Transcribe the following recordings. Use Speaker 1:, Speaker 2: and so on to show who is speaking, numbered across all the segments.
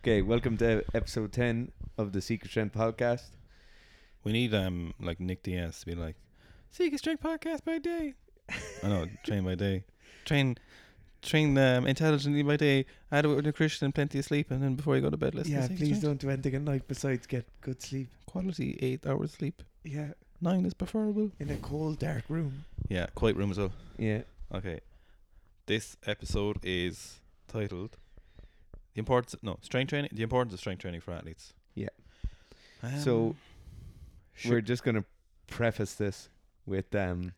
Speaker 1: Okay, welcome to episode 10 of the Secret Strength podcast.
Speaker 2: We need um like Nick Diaz to be like, Seek a Strength podcast by day. I know, train by day, train, train um, intelligently by day. Adequate nutrition and plenty of sleep, and then before you go to bed, listen. to
Speaker 1: yeah,
Speaker 2: Seek
Speaker 1: please
Speaker 2: Strength.
Speaker 1: don't do anything at night besides get good sleep.
Speaker 2: Quality eight hours sleep.
Speaker 1: Yeah,
Speaker 2: Nine is preferable.
Speaker 1: in a cold, dark room.
Speaker 2: Yeah, quiet room as well.
Speaker 1: Yeah.
Speaker 2: Okay, this episode is titled "The Importance." No, strength training. The importance of strength training for athletes. Um,
Speaker 1: Yeah. So,
Speaker 2: Sure.
Speaker 1: We're just going to preface this with um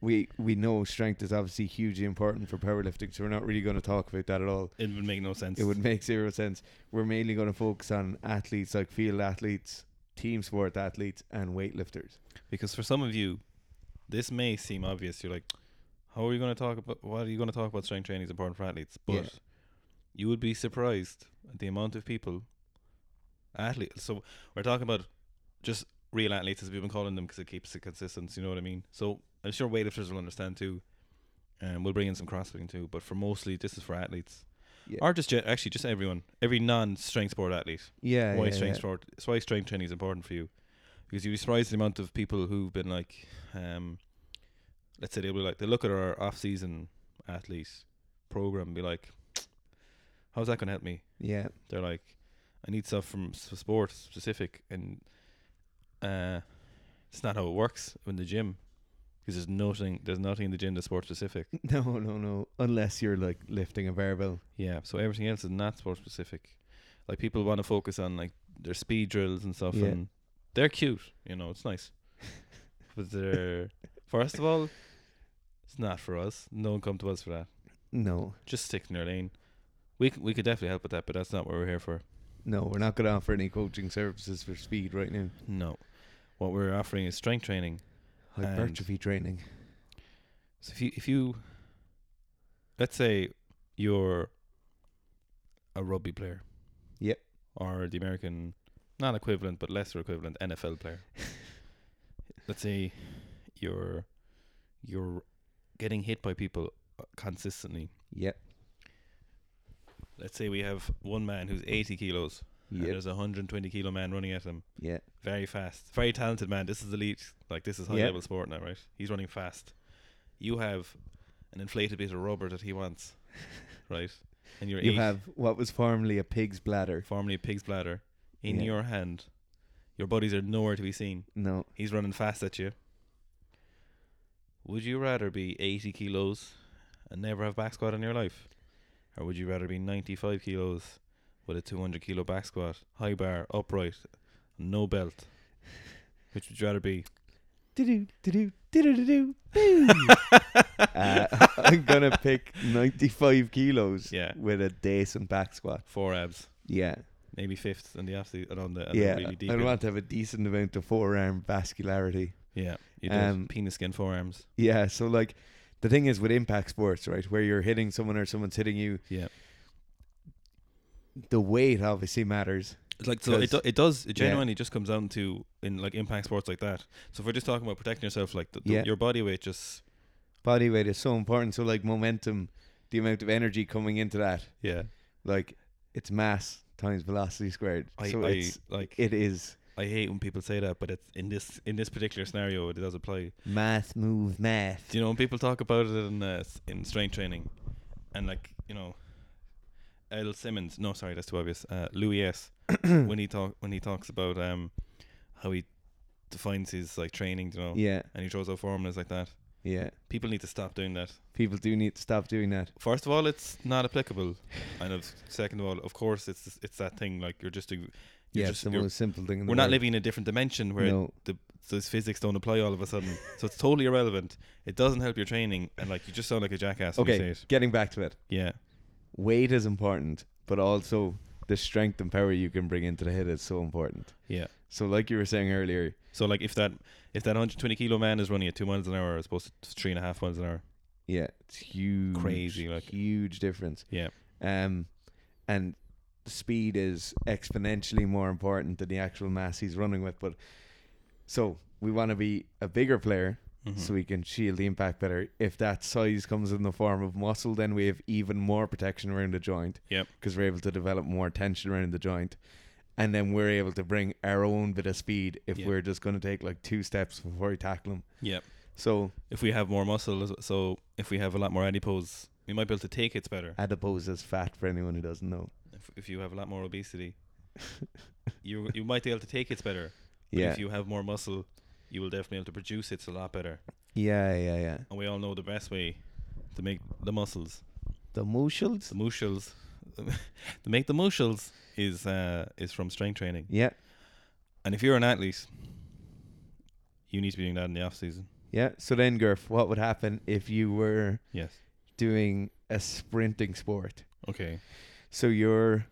Speaker 1: we we know strength is obviously hugely important for powerlifting, so we're not really going to talk about that at all.
Speaker 2: it would make no sense.
Speaker 1: It would make zero sense. We're mainly going to focus on athletes like field athletes, team sport athletes and weightlifters.
Speaker 2: Because for some of you, this may seem obvious. You're like, how are you going to talk about? What are you going to talk about? Strength training is important for athletes, but
Speaker 1: Yeah.
Speaker 2: you would be surprised at the amount of people, athletes. So we're talking about just real athletes, as we've been calling them, because it keeps it consistent. You know what I mean? So I'm sure weightlifters will understand too, and we'll bring in some crossfitting too. But for mostly, this is for athletes,
Speaker 1: Yeah.
Speaker 2: or just gen- actually just everyone, every non-strength sport athlete
Speaker 1: Yeah.
Speaker 2: why
Speaker 1: yeah,
Speaker 2: strength
Speaker 1: yeah.
Speaker 2: sport it's why strength training is important for you because you'd be surprised the amount of people who've been like um let's say they'll be like they look at our off season athlete program and be like how's that gonna help me
Speaker 1: Yeah.
Speaker 2: they're like I need stuff from s- sport specific and uh it's not how it works in the gym because there's nothing there's nothing in the gym that's sport specific
Speaker 1: No, no, no. Unless you're like lifting a barbell.
Speaker 2: Yeah, so everything else is not sport specific. Like people want to focus on like their speed drills and stuff,
Speaker 1: Yeah.
Speaker 2: and they're cute. You know, it's nice. but they're first of all, it's not for us. No one come to us for that.
Speaker 1: No,
Speaker 2: Just stick in your lane. We c- we could definitely help with that, but that's not what we're here for.
Speaker 1: no, we're not going to offer any coaching services for speed right now.
Speaker 2: No, what we're offering is strength training. And-
Speaker 1: Hypertrophy training.
Speaker 2: So if you if you let's say you're a rugby player.
Speaker 1: Yep.
Speaker 2: Or the American not equivalent but lesser equivalent NFL player. let's say you're you're getting hit by people uh, consistently.
Speaker 1: Yep.
Speaker 2: Let's say we have one man who's 80 kilos and
Speaker 1: Yep.
Speaker 2: there's a 120 kilo man running at him.
Speaker 1: Yeah.
Speaker 2: Very fast. Very talented man. This is elite. Like this is high
Speaker 1: Yeah.
Speaker 2: level sport now, right? He's running fast. You have an inflated bit of rubber that he wants. right? And you're
Speaker 1: You
Speaker 2: eight,
Speaker 1: have what was formerly a pig's bladder.
Speaker 2: formerly a pig's bladder in
Speaker 1: Yeah.
Speaker 2: your hand. Your bodies are nowhere to be seen.
Speaker 1: No.
Speaker 2: He's running fast at you. Would you rather be 80 kilos and never have back squat in your life? Or would you rather be 95 kilos with a 200 kilo back squat, high bar, upright, no belt? Which would you rather be?
Speaker 1: Do-do, do-do, do-do-do-do, boo. uh, I'm going to pick 95 kilos
Speaker 2: Yeah.
Speaker 1: with a decent back squat.
Speaker 2: Four abs,
Speaker 1: Yeah.
Speaker 2: maybe fifth and the off se- and on the, and
Speaker 1: yeah.
Speaker 2: the really deep.
Speaker 1: I
Speaker 2: end.
Speaker 1: want to have a decent amount of forearm vascularity.
Speaker 2: yeah, you have
Speaker 1: um,
Speaker 2: penis skin forearms.
Speaker 1: Yeah. So, like, the thing is with impact sports, right, where you're hitting someone or someone's hitting you,
Speaker 2: Yeah.
Speaker 1: the weight obviously matters.
Speaker 2: It's like so it, do, it does it
Speaker 1: Yeah.
Speaker 2: genuinely just comes down to in like impact sports like that so if we're just talking about protecting yourself like the, the,
Speaker 1: Yeah.
Speaker 2: your body weight just
Speaker 1: Body weight is so important. So, like, momentum, the amount of energy coming into that,
Speaker 2: yeah
Speaker 1: like, it's mass times velocity squared.
Speaker 2: I,
Speaker 1: so,
Speaker 2: I
Speaker 1: it's,
Speaker 2: like
Speaker 1: it is
Speaker 2: I hate when people say that but it's in this in this particular scenario it does apply
Speaker 1: math move math.
Speaker 2: you know when people talk about it in uh, s- in strength training and like you know L Simmons no sorry that's too obvious uh, Louis S when he talk when he talks about um how he defines his like training you know
Speaker 1: Yeah.
Speaker 2: and he throws out formulas like that
Speaker 1: Yeah.
Speaker 2: people need to stop doing that
Speaker 1: People do need to stop doing that.
Speaker 2: First of all, it's not applicable, and of second of all, of course, it's it's that thing like you're just a, you're
Speaker 1: yeah. It's
Speaker 2: just
Speaker 1: the
Speaker 2: you're,
Speaker 1: most simple thing in the
Speaker 2: we're not
Speaker 1: world.
Speaker 2: living in a different dimension where
Speaker 1: No.
Speaker 2: those physics don't apply all of a sudden, so it's totally irrelevant. It doesn't help your training, and like you just sound like a jackass. When you
Speaker 1: Okay.
Speaker 2: say it.
Speaker 1: Getting back to it.
Speaker 2: yeah,
Speaker 1: Weight is important, but also the strength and power you can bring into the hit is so important.
Speaker 2: yeah.
Speaker 1: So, like you were saying earlier,
Speaker 2: So like if that if that 120 kilo man is running at two miles an hour as opposed to three and a half miles an hour,
Speaker 1: yeah, it's huge,
Speaker 2: Crazy, like-
Speaker 1: huge difference.
Speaker 2: yeah,
Speaker 1: Um, and speed is exponentially more important than the actual mass he's running with. But so we want to be a bigger player,
Speaker 2: Mhm.
Speaker 1: so we can shield the impact better. If that size comes in the form of muscle, then we have even more protection around the joint.
Speaker 2: Yep.
Speaker 1: Because we're able to develop more tension around the joint. And then we're able to bring our own bit of speed if
Speaker 2: Yep.
Speaker 1: we're just going to take like two steps before we tackle them.
Speaker 2: Yep.
Speaker 1: So
Speaker 2: If we have more muscle, as- so if we have a lot more adipose, we might be able to take hits better.
Speaker 1: adipose is fat for anyone who doesn't know.
Speaker 2: If, if you have a lot more obesity, you you might be able to take hits better. But
Speaker 1: Yeah.
Speaker 2: If you have more muscle, you will definitely be able to produce hits a lot better.
Speaker 1: yeah, yeah, yeah.
Speaker 2: And we all know the best way to make the muscles,
Speaker 1: The muscles.
Speaker 2: the muscles, to make the muscles is uh, is from strength training.
Speaker 1: Yeah,
Speaker 2: And if you're an athlete, you need to be doing that in the off season.
Speaker 1: yeah. So then, Gurf, what would happen if you were
Speaker 2: Yes.
Speaker 1: doing a sprinting sport?
Speaker 2: Okay.
Speaker 1: So your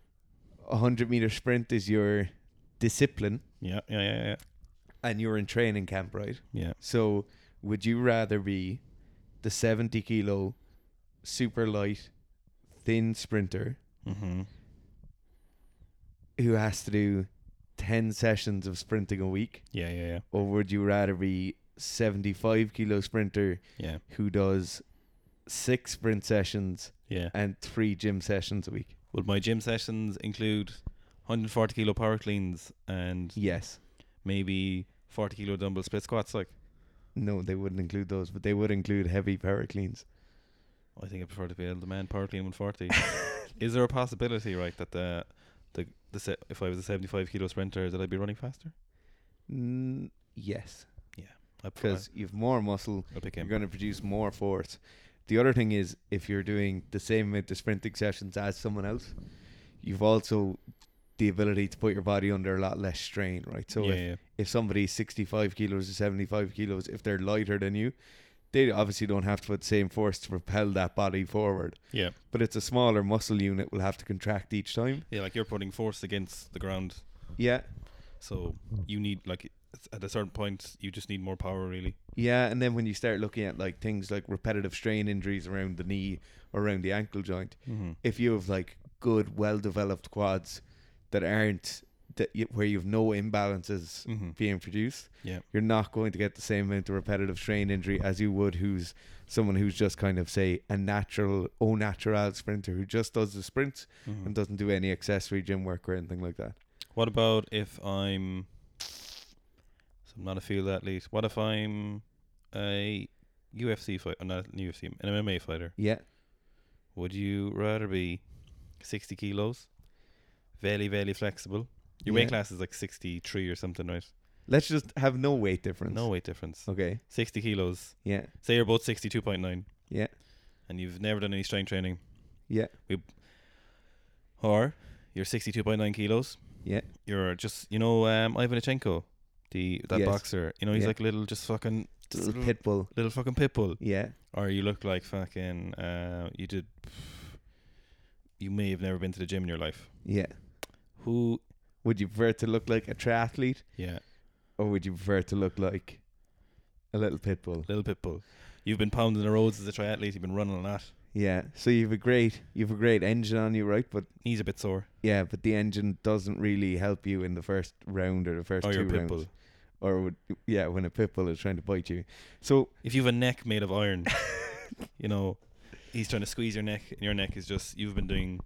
Speaker 1: 100 meter sprint is your discipline
Speaker 2: Yeah. Yeah. Yeah. Yeah.
Speaker 1: and you're in training camp, right?
Speaker 2: Yeah.
Speaker 1: So would you rather be the 70 kilo super light thin sprinter
Speaker 2: Mm-hmm.
Speaker 1: who has to do 10 sessions of sprinting a week
Speaker 2: Yeah. Yeah. Yeah.
Speaker 1: or would you rather be 75 kilo sprinter
Speaker 2: Yeah.
Speaker 1: who does 6 sprint sessions
Speaker 2: Yeah.
Speaker 1: and 3 gym sessions a week?
Speaker 2: Would my gym sessions include 140 kilo power cleans and
Speaker 1: Yes.
Speaker 2: maybe 40 kilo dumbbell split squats? Like,
Speaker 1: No, they wouldn't include those, but they would include heavy power cleans.
Speaker 2: I think I prefer to be able to man power clean 140. Is there a possibility, right, that the the the se- if I was a 75 kilo sprinter, that I'd be running faster?
Speaker 1: Mm, yes,
Speaker 2: I pr-
Speaker 1: because you've more muscle,
Speaker 2: I- I'll pick
Speaker 1: you're
Speaker 2: him.
Speaker 1: going to produce more force. The other thing is, if you're doing the same amount of sprinting sessions as someone else, you've also the ability to put your body under a lot less strain, right? So
Speaker 2: yeah,
Speaker 1: if,
Speaker 2: yeah.
Speaker 1: if somebody's 65 kilos or 75 kilos, if they're lighter than you, they obviously don't have to put the same force to propel that body forward.
Speaker 2: yeah,
Speaker 1: But it's a smaller muscle unit will have to contract each time.
Speaker 2: yeah, like you're putting force against the ground,
Speaker 1: Yeah.
Speaker 2: so you need like it's- at a certain point you just need more power, really.
Speaker 1: Yeah, and then when you start looking at like things like repetitive strain injuries around the knee or around the ankle joint,
Speaker 2: Mm-hmm.
Speaker 1: if you have like good, well developed quads that aren't that you, where you have no imbalances
Speaker 2: Mm-hmm.
Speaker 1: being produced,
Speaker 2: Yeah.
Speaker 1: you're not going to get the same amount of repetitive strain injury as you would who's someone who's just kind of say a natural, au natural sprinter who just does the sprints
Speaker 2: Mhm.
Speaker 1: and doesn't do any accessory gym work or anything like that.
Speaker 2: What about if I'm so I'm not a field athlete. What if I'm a UFC fighter, uh, not an UFC, an MMA fighter?
Speaker 1: Yeah,
Speaker 2: Would you rather be 60 kilos, very, very flexible? Your
Speaker 1: Yeah.
Speaker 2: weight class is like 63 or something, right?
Speaker 1: let's just have no weight difference.
Speaker 2: No weight difference.
Speaker 1: Okay.
Speaker 2: 60 kilos.
Speaker 1: Yeah.
Speaker 2: Say you're both 62.9.
Speaker 1: Yeah.
Speaker 2: And you've never done any strength training.
Speaker 1: Yeah.
Speaker 2: We, or you're 62.9 kilos.
Speaker 1: Yeah.
Speaker 2: You're just, you know, um, Ivanichenko, the that
Speaker 1: Yes.
Speaker 2: boxer. You know, he's
Speaker 1: Yeah.
Speaker 2: like little, just fucking,
Speaker 1: Little
Speaker 2: just little,
Speaker 1: pit bull.
Speaker 2: little fucking pit bull
Speaker 1: Yeah.
Speaker 2: or you look like fucking uh, you did you may have never been to the gym in your life
Speaker 1: Yeah.
Speaker 2: who
Speaker 1: Would you prefer to look like a triathlete
Speaker 2: yeah
Speaker 1: or would you prefer to look like a little pit bull?
Speaker 2: little pit bull you've been pounding the roads as a triathlete you've been running a lot
Speaker 1: Yeah. So you've a great you've a great engine on you, right? But
Speaker 2: knees a bit sore
Speaker 1: yeah, but the engine doesn't really help you in the first round or the first
Speaker 2: or
Speaker 1: two
Speaker 2: Oh, you're a pit
Speaker 1: rounds.
Speaker 2: bull
Speaker 1: Or would yeah, when a pit bull is trying to bite you. So
Speaker 2: if you've a neck made of iron you know he's trying to squeeze your neck and your neck is just you've been doing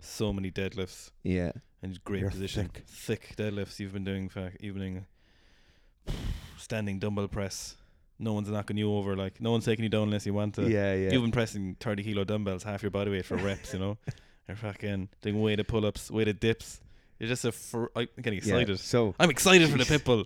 Speaker 2: so many deadlifts
Speaker 1: yeah.
Speaker 2: and great
Speaker 1: You're
Speaker 2: position
Speaker 1: thick.
Speaker 2: thick deadlifts you've been doing fac- you've been doing standing dumbbell press no one's knocking you over like no one's taking you down unless you want to
Speaker 1: yeah, yeah.
Speaker 2: You've been pressing 30 kilo dumbbells, half your body weight for reps, you know? You're fucking doing weighted pull ups, weighted dips. You're just a. Fr- I'm getting
Speaker 1: Yeah.
Speaker 2: excited.
Speaker 1: So
Speaker 2: I'm excited for the
Speaker 1: Jeez.
Speaker 2: pit bull.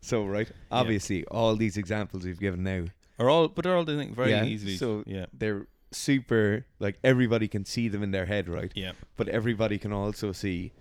Speaker 1: so right. Obviously all these examples we've given now,
Speaker 2: Are all, but they're all doing it very
Speaker 1: Yeah,
Speaker 2: easily.
Speaker 1: so-
Speaker 2: yeah.
Speaker 1: they're super like everybody can see them in their head, right?
Speaker 2: Yeah.
Speaker 1: but everybody can also see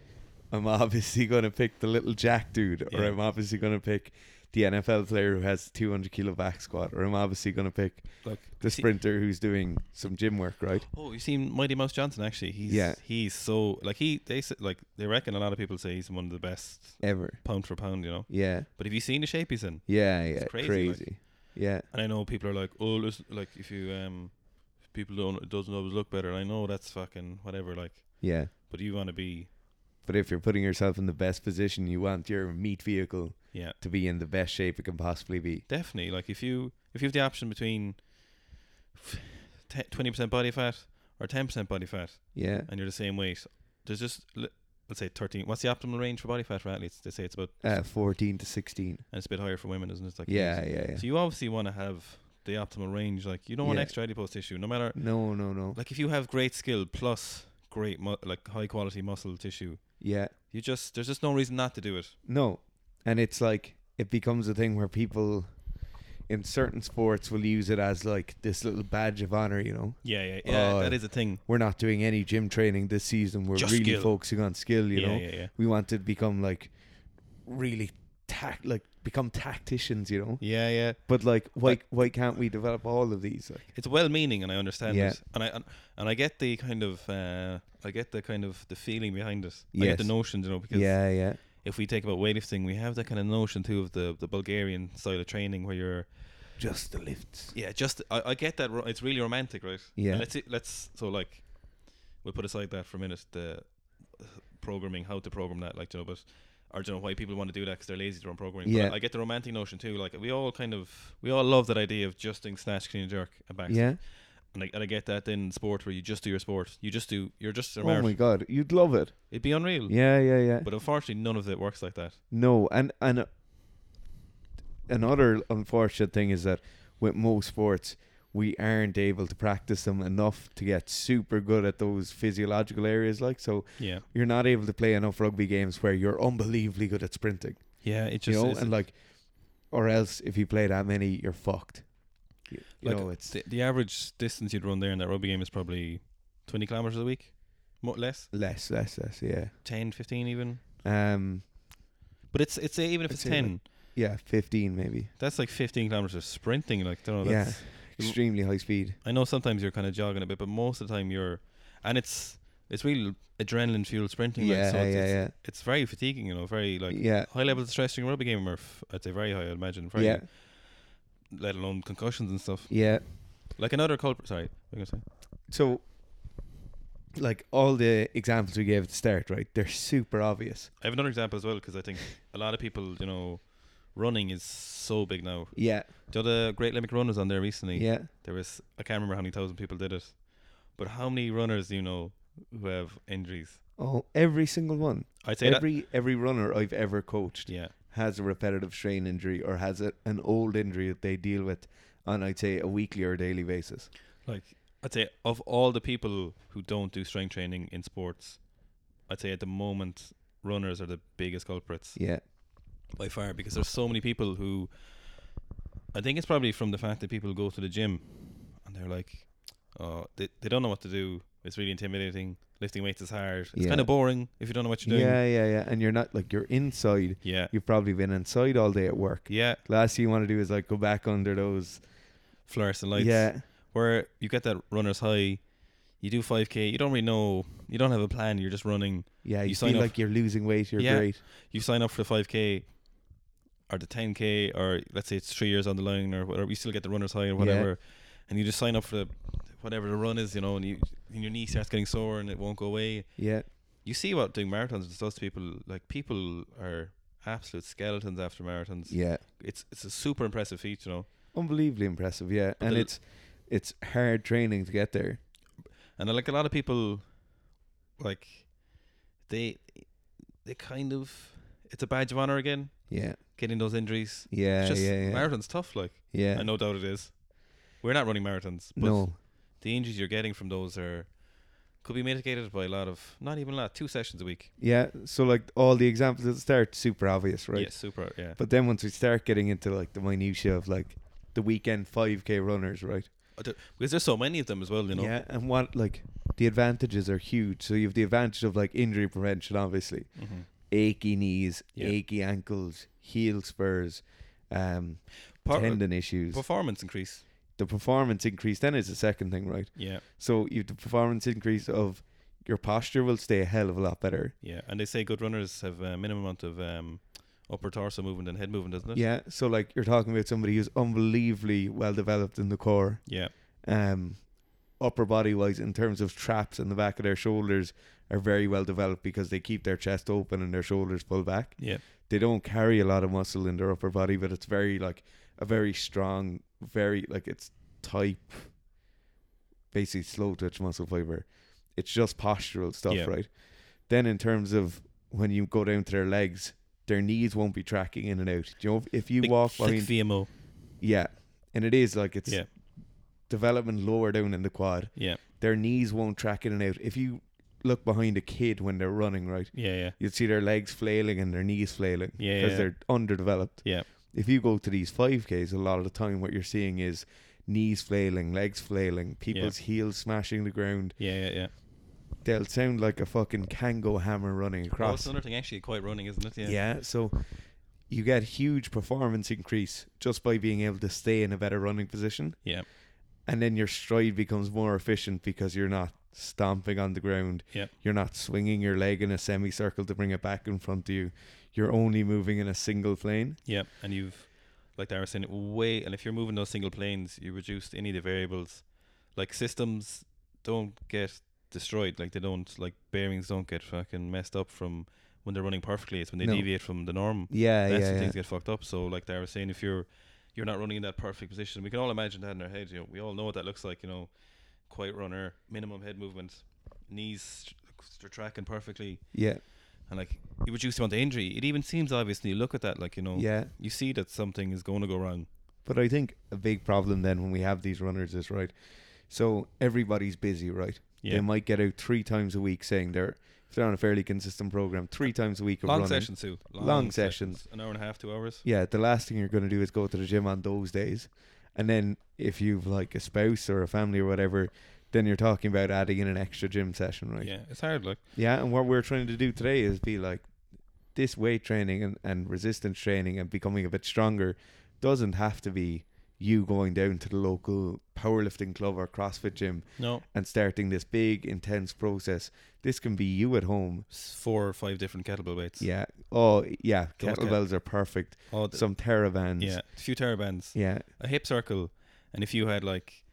Speaker 1: I'm obviously going to pick the little jack dude, or
Speaker 2: Yeah.
Speaker 1: I'm obviously going to pick the NFL player who has 200 kilo back squat, or I'm obviously going to pick
Speaker 2: Like,
Speaker 1: the
Speaker 2: see-
Speaker 1: sprinter who's doing some gym work, right?
Speaker 2: Oh, you seen Mighty Mouse Johnson, actually. He's,
Speaker 1: Yeah.
Speaker 2: He's so. Like, he. They s- like they reckon a lot of people say he's one of the best
Speaker 1: Ever.
Speaker 2: pound for pound, you know?
Speaker 1: Yeah.
Speaker 2: But have you seen the shape he's in?
Speaker 1: Yeah. Yeah.
Speaker 2: crazy,
Speaker 1: Crazy.
Speaker 2: like.
Speaker 1: Yeah.
Speaker 2: And I know people are like, oh, listen, like, if you. um, if People don't. It doesn't always look better. And I know that's fucking whatever. Like,
Speaker 1: Yeah.
Speaker 2: but you want to be
Speaker 1: But if you're putting yourself in the best position, you want your meat vehicle
Speaker 2: Yeah.
Speaker 1: to be in the best shape it can possibly be.
Speaker 2: Definitely. Like if you if you have the option between twenty percent body fat or ten percent body fat,
Speaker 1: Yeah.
Speaker 2: and you're the same weight, there's just l- let's say thirteen. What's the optimal range for body fat for athletes? They say it's about
Speaker 1: Uh, 14 to 16.
Speaker 2: and it's a bit higher for women, isn't it? It's like
Speaker 1: Yeah, yeah, yeah.
Speaker 2: So you obviously want to have the optimal range. Like you don't want
Speaker 1: Yeah.
Speaker 2: extra adipose tissue, no matter.
Speaker 1: No, no, no.
Speaker 2: Like if you have great skill plus great mu- like high quality muscle tissue,
Speaker 1: Yeah.
Speaker 2: you just there's just no reason not to do it.
Speaker 1: No. And it's like it becomes a thing where people in certain sports will use it as like this little badge of honor, you know.
Speaker 2: Yeah, yeah, yeah.
Speaker 1: Oh.
Speaker 2: that is a thing.
Speaker 1: We're not doing any gym training this season. We're
Speaker 2: Just
Speaker 1: really
Speaker 2: skill.
Speaker 1: focusing on skill, you
Speaker 2: yeah,
Speaker 1: know.
Speaker 2: yeah, yeah.
Speaker 1: We want to become like really tact like become tacticians, you know.
Speaker 2: Yeah, yeah.
Speaker 1: But like why why can't we develop all of these? Like
Speaker 2: It's well-meaning, and I understand
Speaker 1: Yeah.
Speaker 2: it, and I and, and I get the kind of uh, I get the kind of the feeling behind it. I get the
Speaker 1: Yes.
Speaker 2: notion, you know, because
Speaker 1: Yeah, yeah.
Speaker 2: if we take about weightlifting, we have that kind of notion too of the, the Bulgarian style of training where you're
Speaker 1: Just the lifts.
Speaker 2: yeah just I, I get that ro- it's really romantic, right?
Speaker 1: Yeah.
Speaker 2: And let's see- let's so like we'll put aside that for a minute the uh, programming how to program that like you know but or do you know why people want to do that because they're lazy to run programming. But
Speaker 1: Yeah.
Speaker 2: I, I get the romantic notion too. Like we all kind of we all love that idea of just doing snatch, clean, and jerk, and back.
Speaker 1: Yeah.
Speaker 2: And I, and I get that then in sport where you just do your sport, you just do you're just a
Speaker 1: Oh my
Speaker 2: marathon.
Speaker 1: god, you'd love it.
Speaker 2: It'd be unreal.
Speaker 1: Yeah, yeah, yeah.
Speaker 2: But unfortunately, none of it works like that.
Speaker 1: No, and and uh, another unfortunate thing is that with most sports, we aren't able to practice them enough to get super good at those physiological areas. Like, so
Speaker 2: Yeah.
Speaker 1: you're not able to play enough rugby games where you're unbelievably good at sprinting.
Speaker 2: Yeah. It
Speaker 1: You
Speaker 2: just
Speaker 1: know,
Speaker 2: it's-
Speaker 1: and like, or else if you play that many, you're fucked. You, you
Speaker 2: Like,
Speaker 1: know, it's
Speaker 2: the, the average distance you'd run there in that rugby game is probably 20 kilometers a week more less
Speaker 1: less, less, less. Yeah.
Speaker 2: 10 15 even
Speaker 1: Um.
Speaker 2: but it's it's even if
Speaker 1: I'd
Speaker 2: it's
Speaker 1: say like-
Speaker 2: 10
Speaker 1: Yeah, fifteen maybe.
Speaker 2: that's like 15 kilometers of sprinting like don't know
Speaker 1: Yeah.
Speaker 2: Oh, that's,
Speaker 1: Extremely high speed.
Speaker 2: i know sometimes you're kind of jogging a bit but most of the time you're and it's it's really adrenaline fueled sprinting like,
Speaker 1: Yeah,
Speaker 2: so it's,
Speaker 1: yeah,
Speaker 2: it's,
Speaker 1: yeah,
Speaker 2: it's very fatiguing you know very like
Speaker 1: yeah,
Speaker 2: high levels of stress during a rugby game or f- i'd say very high i'd imagine very
Speaker 1: yeah,
Speaker 2: let alone concussions and stuff
Speaker 1: yeah.
Speaker 2: like another culprit sorry what were you gonna say?
Speaker 1: so like all the examples we gave at the start, right? They're super obvious.
Speaker 2: i have another example as well because i think a lot of people you know running is so big now
Speaker 1: Yeah,
Speaker 2: The other Great Olympic Run was on there recently.
Speaker 1: yeah,
Speaker 2: There was I can't remember how many thousand people did it, but how many runners do you know who have injuries?
Speaker 1: oh, every single one.
Speaker 2: I'd say
Speaker 1: Every every runner I've ever coached
Speaker 2: that. Yeah,
Speaker 1: has a repetitive strain injury or has a, an old injury that they deal with on, I'd say, a weekly or daily basis.
Speaker 2: like I'd say of all the people who don't do strength training in sports, I'd say at the moment runners are the biggest culprits
Speaker 1: Yeah,
Speaker 2: by far because there's so many people who. I think it's probably from the fact that people go to the gym, and they're like, oh, they they don't know what to do. It's really intimidating. Lifting weights is hard. It's
Speaker 1: Yeah.
Speaker 2: kind of boring if you don't know what you're doing.
Speaker 1: yeah, yeah, yeah. And you're not like you're inside.
Speaker 2: Yeah.
Speaker 1: You've probably been inside all day at work.
Speaker 2: Yeah,
Speaker 1: Last thing you want to do is like go back under those.
Speaker 2: fluorescent lights.
Speaker 1: Yeah,
Speaker 2: Where you get that runner's high, you do 5K, you don't really know, you don't have a plan, you're just running.
Speaker 1: yeah. You,
Speaker 2: You sign
Speaker 1: feel
Speaker 2: up-
Speaker 1: like you're losing weight. You're
Speaker 2: Yeah.
Speaker 1: great.
Speaker 2: You sign up for the 5K or the 10K, or let's say it's three years on the line or whatever, you still get the runner's high or whatever. And you just sign up for the, whatever the run is, you know, and, you, and your knee starts getting sore and it won't go away.
Speaker 1: Yeah,
Speaker 2: You see what doing marathons does to people. Like, people are absolute skeletons after marathons.
Speaker 1: yeah.
Speaker 2: It's it's a super impressive feat, you know.
Speaker 1: unbelievably impressive yeah and
Speaker 2: the-
Speaker 1: it's it's hard training to get there
Speaker 2: and uh, like a lot of people like they they kind of it's a badge of honor again
Speaker 1: yeah
Speaker 2: getting those injuries
Speaker 1: yeah
Speaker 2: it's just
Speaker 1: yeah yeah
Speaker 2: marathons tough like
Speaker 1: yeah
Speaker 2: and no doubt it is we're not running marathons but
Speaker 1: no
Speaker 2: the injuries you're getting from those are could be mitigated by a lot of not even a lot two sessions a week
Speaker 1: yeah so like all the examples at the start super obvious right
Speaker 2: yeah super yeah
Speaker 1: but then once we start getting into like the minutia of like the weekend 5k runners right
Speaker 2: Uh, there- because there's so many of them as well you know
Speaker 1: yeah and what like the advantages are huge so you have the advantage of like injury prevention obviously
Speaker 2: Mhm.
Speaker 1: achy knees
Speaker 2: Yeah.
Speaker 1: achy ankles heel spurs um
Speaker 2: Par-
Speaker 1: tendon issues
Speaker 2: performance increase
Speaker 1: the performance increase then is the second thing right
Speaker 2: yeah
Speaker 1: So you the performance increase of your posture will stay a hell of a lot better.
Speaker 2: yeah and they say good runners have a minimum amount of um, upper torso movement and head movement doesn't it
Speaker 1: Yeah. So like you're talking about somebody who's unbelievably well developed in the core,
Speaker 2: yeah
Speaker 1: um, upper body wise in terms of traps and the back of their shoulders are very well developed because they keep their chest open and their shoulders pulled back.
Speaker 2: Yeah.
Speaker 1: They don't carry a lot of muscle in their upper body, but it's very like a very strong, very like it's type basically slow twitch muscle fiber. It's just postural stuff,
Speaker 2: Yeah.
Speaker 1: right? Then in terms of when you go down to their legs, their knees won't be tracking in and out. Do you know if you
Speaker 2: Big,
Speaker 1: walk
Speaker 2: thick
Speaker 1: behind
Speaker 2: VMO.
Speaker 1: Yeah. And it is like it's
Speaker 2: Yeah.
Speaker 1: development lower down in the quad.
Speaker 2: Yeah.
Speaker 1: Their knees won't track in and out. If you look behind a kid when they're running, right,
Speaker 2: Yeah. Yeah.
Speaker 1: you'd see their legs flailing and their knees flailing
Speaker 2: Yeah,
Speaker 1: because
Speaker 2: yeah.
Speaker 1: they're underdeveloped.
Speaker 2: Yeah.
Speaker 1: If you go to these 5Ks, a lot of the time what you're seeing is knees flailing, legs flailing, people's heels smashing the ground.
Speaker 2: Yeah. Yeah. Yeah.
Speaker 1: They'll sound like a fucking kango hammer running
Speaker 2: Oh,
Speaker 1: across.
Speaker 2: it's another thing. Actually, quite running, isn't it?
Speaker 1: yeah.
Speaker 2: Yeah.
Speaker 1: so you get huge performance increase just by being able to stay in a better running position.
Speaker 2: Yeah.
Speaker 1: and then your stride becomes more efficient because you're not stomping on the ground.
Speaker 2: Yep.
Speaker 1: You're not swinging your leg in a semicircle to bring it back in front of you. You're only moving in a single plane.
Speaker 2: Yeah, and you've, like Dara was saying, way, and if you're moving those single planes, you reduce any of the variables. Like systems don't get destroyed, like they don't, like bearings don't get fucking messed up from when they're running perfectly. It's when they
Speaker 1: No.
Speaker 2: deviate from the norm.
Speaker 1: Yeah,
Speaker 2: That's
Speaker 1: yeah,
Speaker 2: when
Speaker 1: yeah.
Speaker 2: things get fucked up. So, like Dara was saying, if you're you're not running in that perfect position, we can all imagine that in our heads. You know, we all know what that looks like. You know, quiet runner, minimum head movement, knees are tracking perfectly,
Speaker 1: yeah,
Speaker 2: and like you reduce the amount of injury. It even seems obvious when you look at that. Like you know,
Speaker 1: yeah.
Speaker 2: you see that something is going to go wrong.
Speaker 1: But I think a big problem then when we have these runners is right. So everybody's busy, right? They
Speaker 2: Yeah.
Speaker 1: might get out three times a week saying they're if they're on a fairly consistent program, three times a week of
Speaker 2: Long
Speaker 1: running.
Speaker 2: sessions too.
Speaker 1: Long
Speaker 2: An hour and a half, two hours.
Speaker 1: yeah, the last thing you're going to do is go to the gym on those days. And then if you've like a spouse or a family or whatever, then you're talking about adding in an extra gym session, right?
Speaker 2: Yeah, it's hard. Like
Speaker 1: Yeah, and what we're trying to do today is be like this weight training and, and resistance training and becoming a bit stronger doesn't have to be you going down to the local powerlifting club or CrossFit gym
Speaker 2: no,
Speaker 1: and starting this big intense process. This can be you at home.
Speaker 2: s- four or five different kettlebell weights.
Speaker 1: Yeah. Oh, yeah.
Speaker 2: Those ket-
Speaker 1: Kettlebells are perfect.
Speaker 2: all the,
Speaker 1: Some TerraBands.
Speaker 2: yeah, a few terabands,
Speaker 1: Yeah.
Speaker 2: a hip circle, and if you had like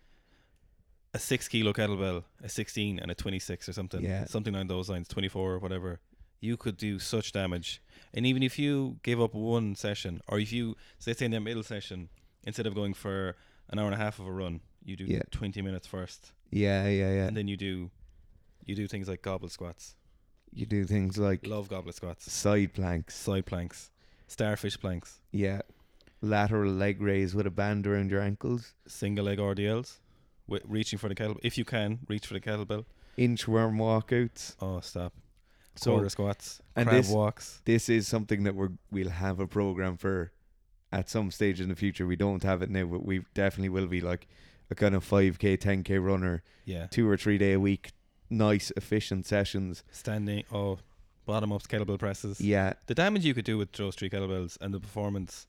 Speaker 2: a six kilo kettlebell, a sixteen, and a twenty six or something,
Speaker 1: Yeah.
Speaker 2: something along those lines, twenty four or whatever, you could do such damage. And even if you gave up one session, or if you say say in that middle session, instead of going for an hour and a half of a run, you do
Speaker 1: Yeah.
Speaker 2: twenty minutes first.
Speaker 1: Yeah, yeah, yeah.
Speaker 2: and then you do you do things like goblet squats
Speaker 1: You do things like
Speaker 2: love goblet squats
Speaker 1: side planks.
Speaker 2: side planks starfish planks
Speaker 1: Yeah. Lateral leg raise with a band around your ankles.
Speaker 2: single leg rdls wi- reaching for the kettlebell if you can reach for the kettlebell
Speaker 1: Inchworm walkouts.
Speaker 2: oh stop
Speaker 1: So-
Speaker 2: quarter squats
Speaker 1: and
Speaker 2: crab
Speaker 1: this-
Speaker 2: walks
Speaker 1: This is something that we're, we'll have a program for at some stage in the future. We don't have it now, but we definitely will be like a kind of 5K, 10K runner,
Speaker 2: yeah
Speaker 1: two or three day a week, nice, efficient sessions.
Speaker 2: standing oh bottom ups kettlebell presses
Speaker 1: Yeah,
Speaker 2: the damage you could do with those three kettlebells and the performance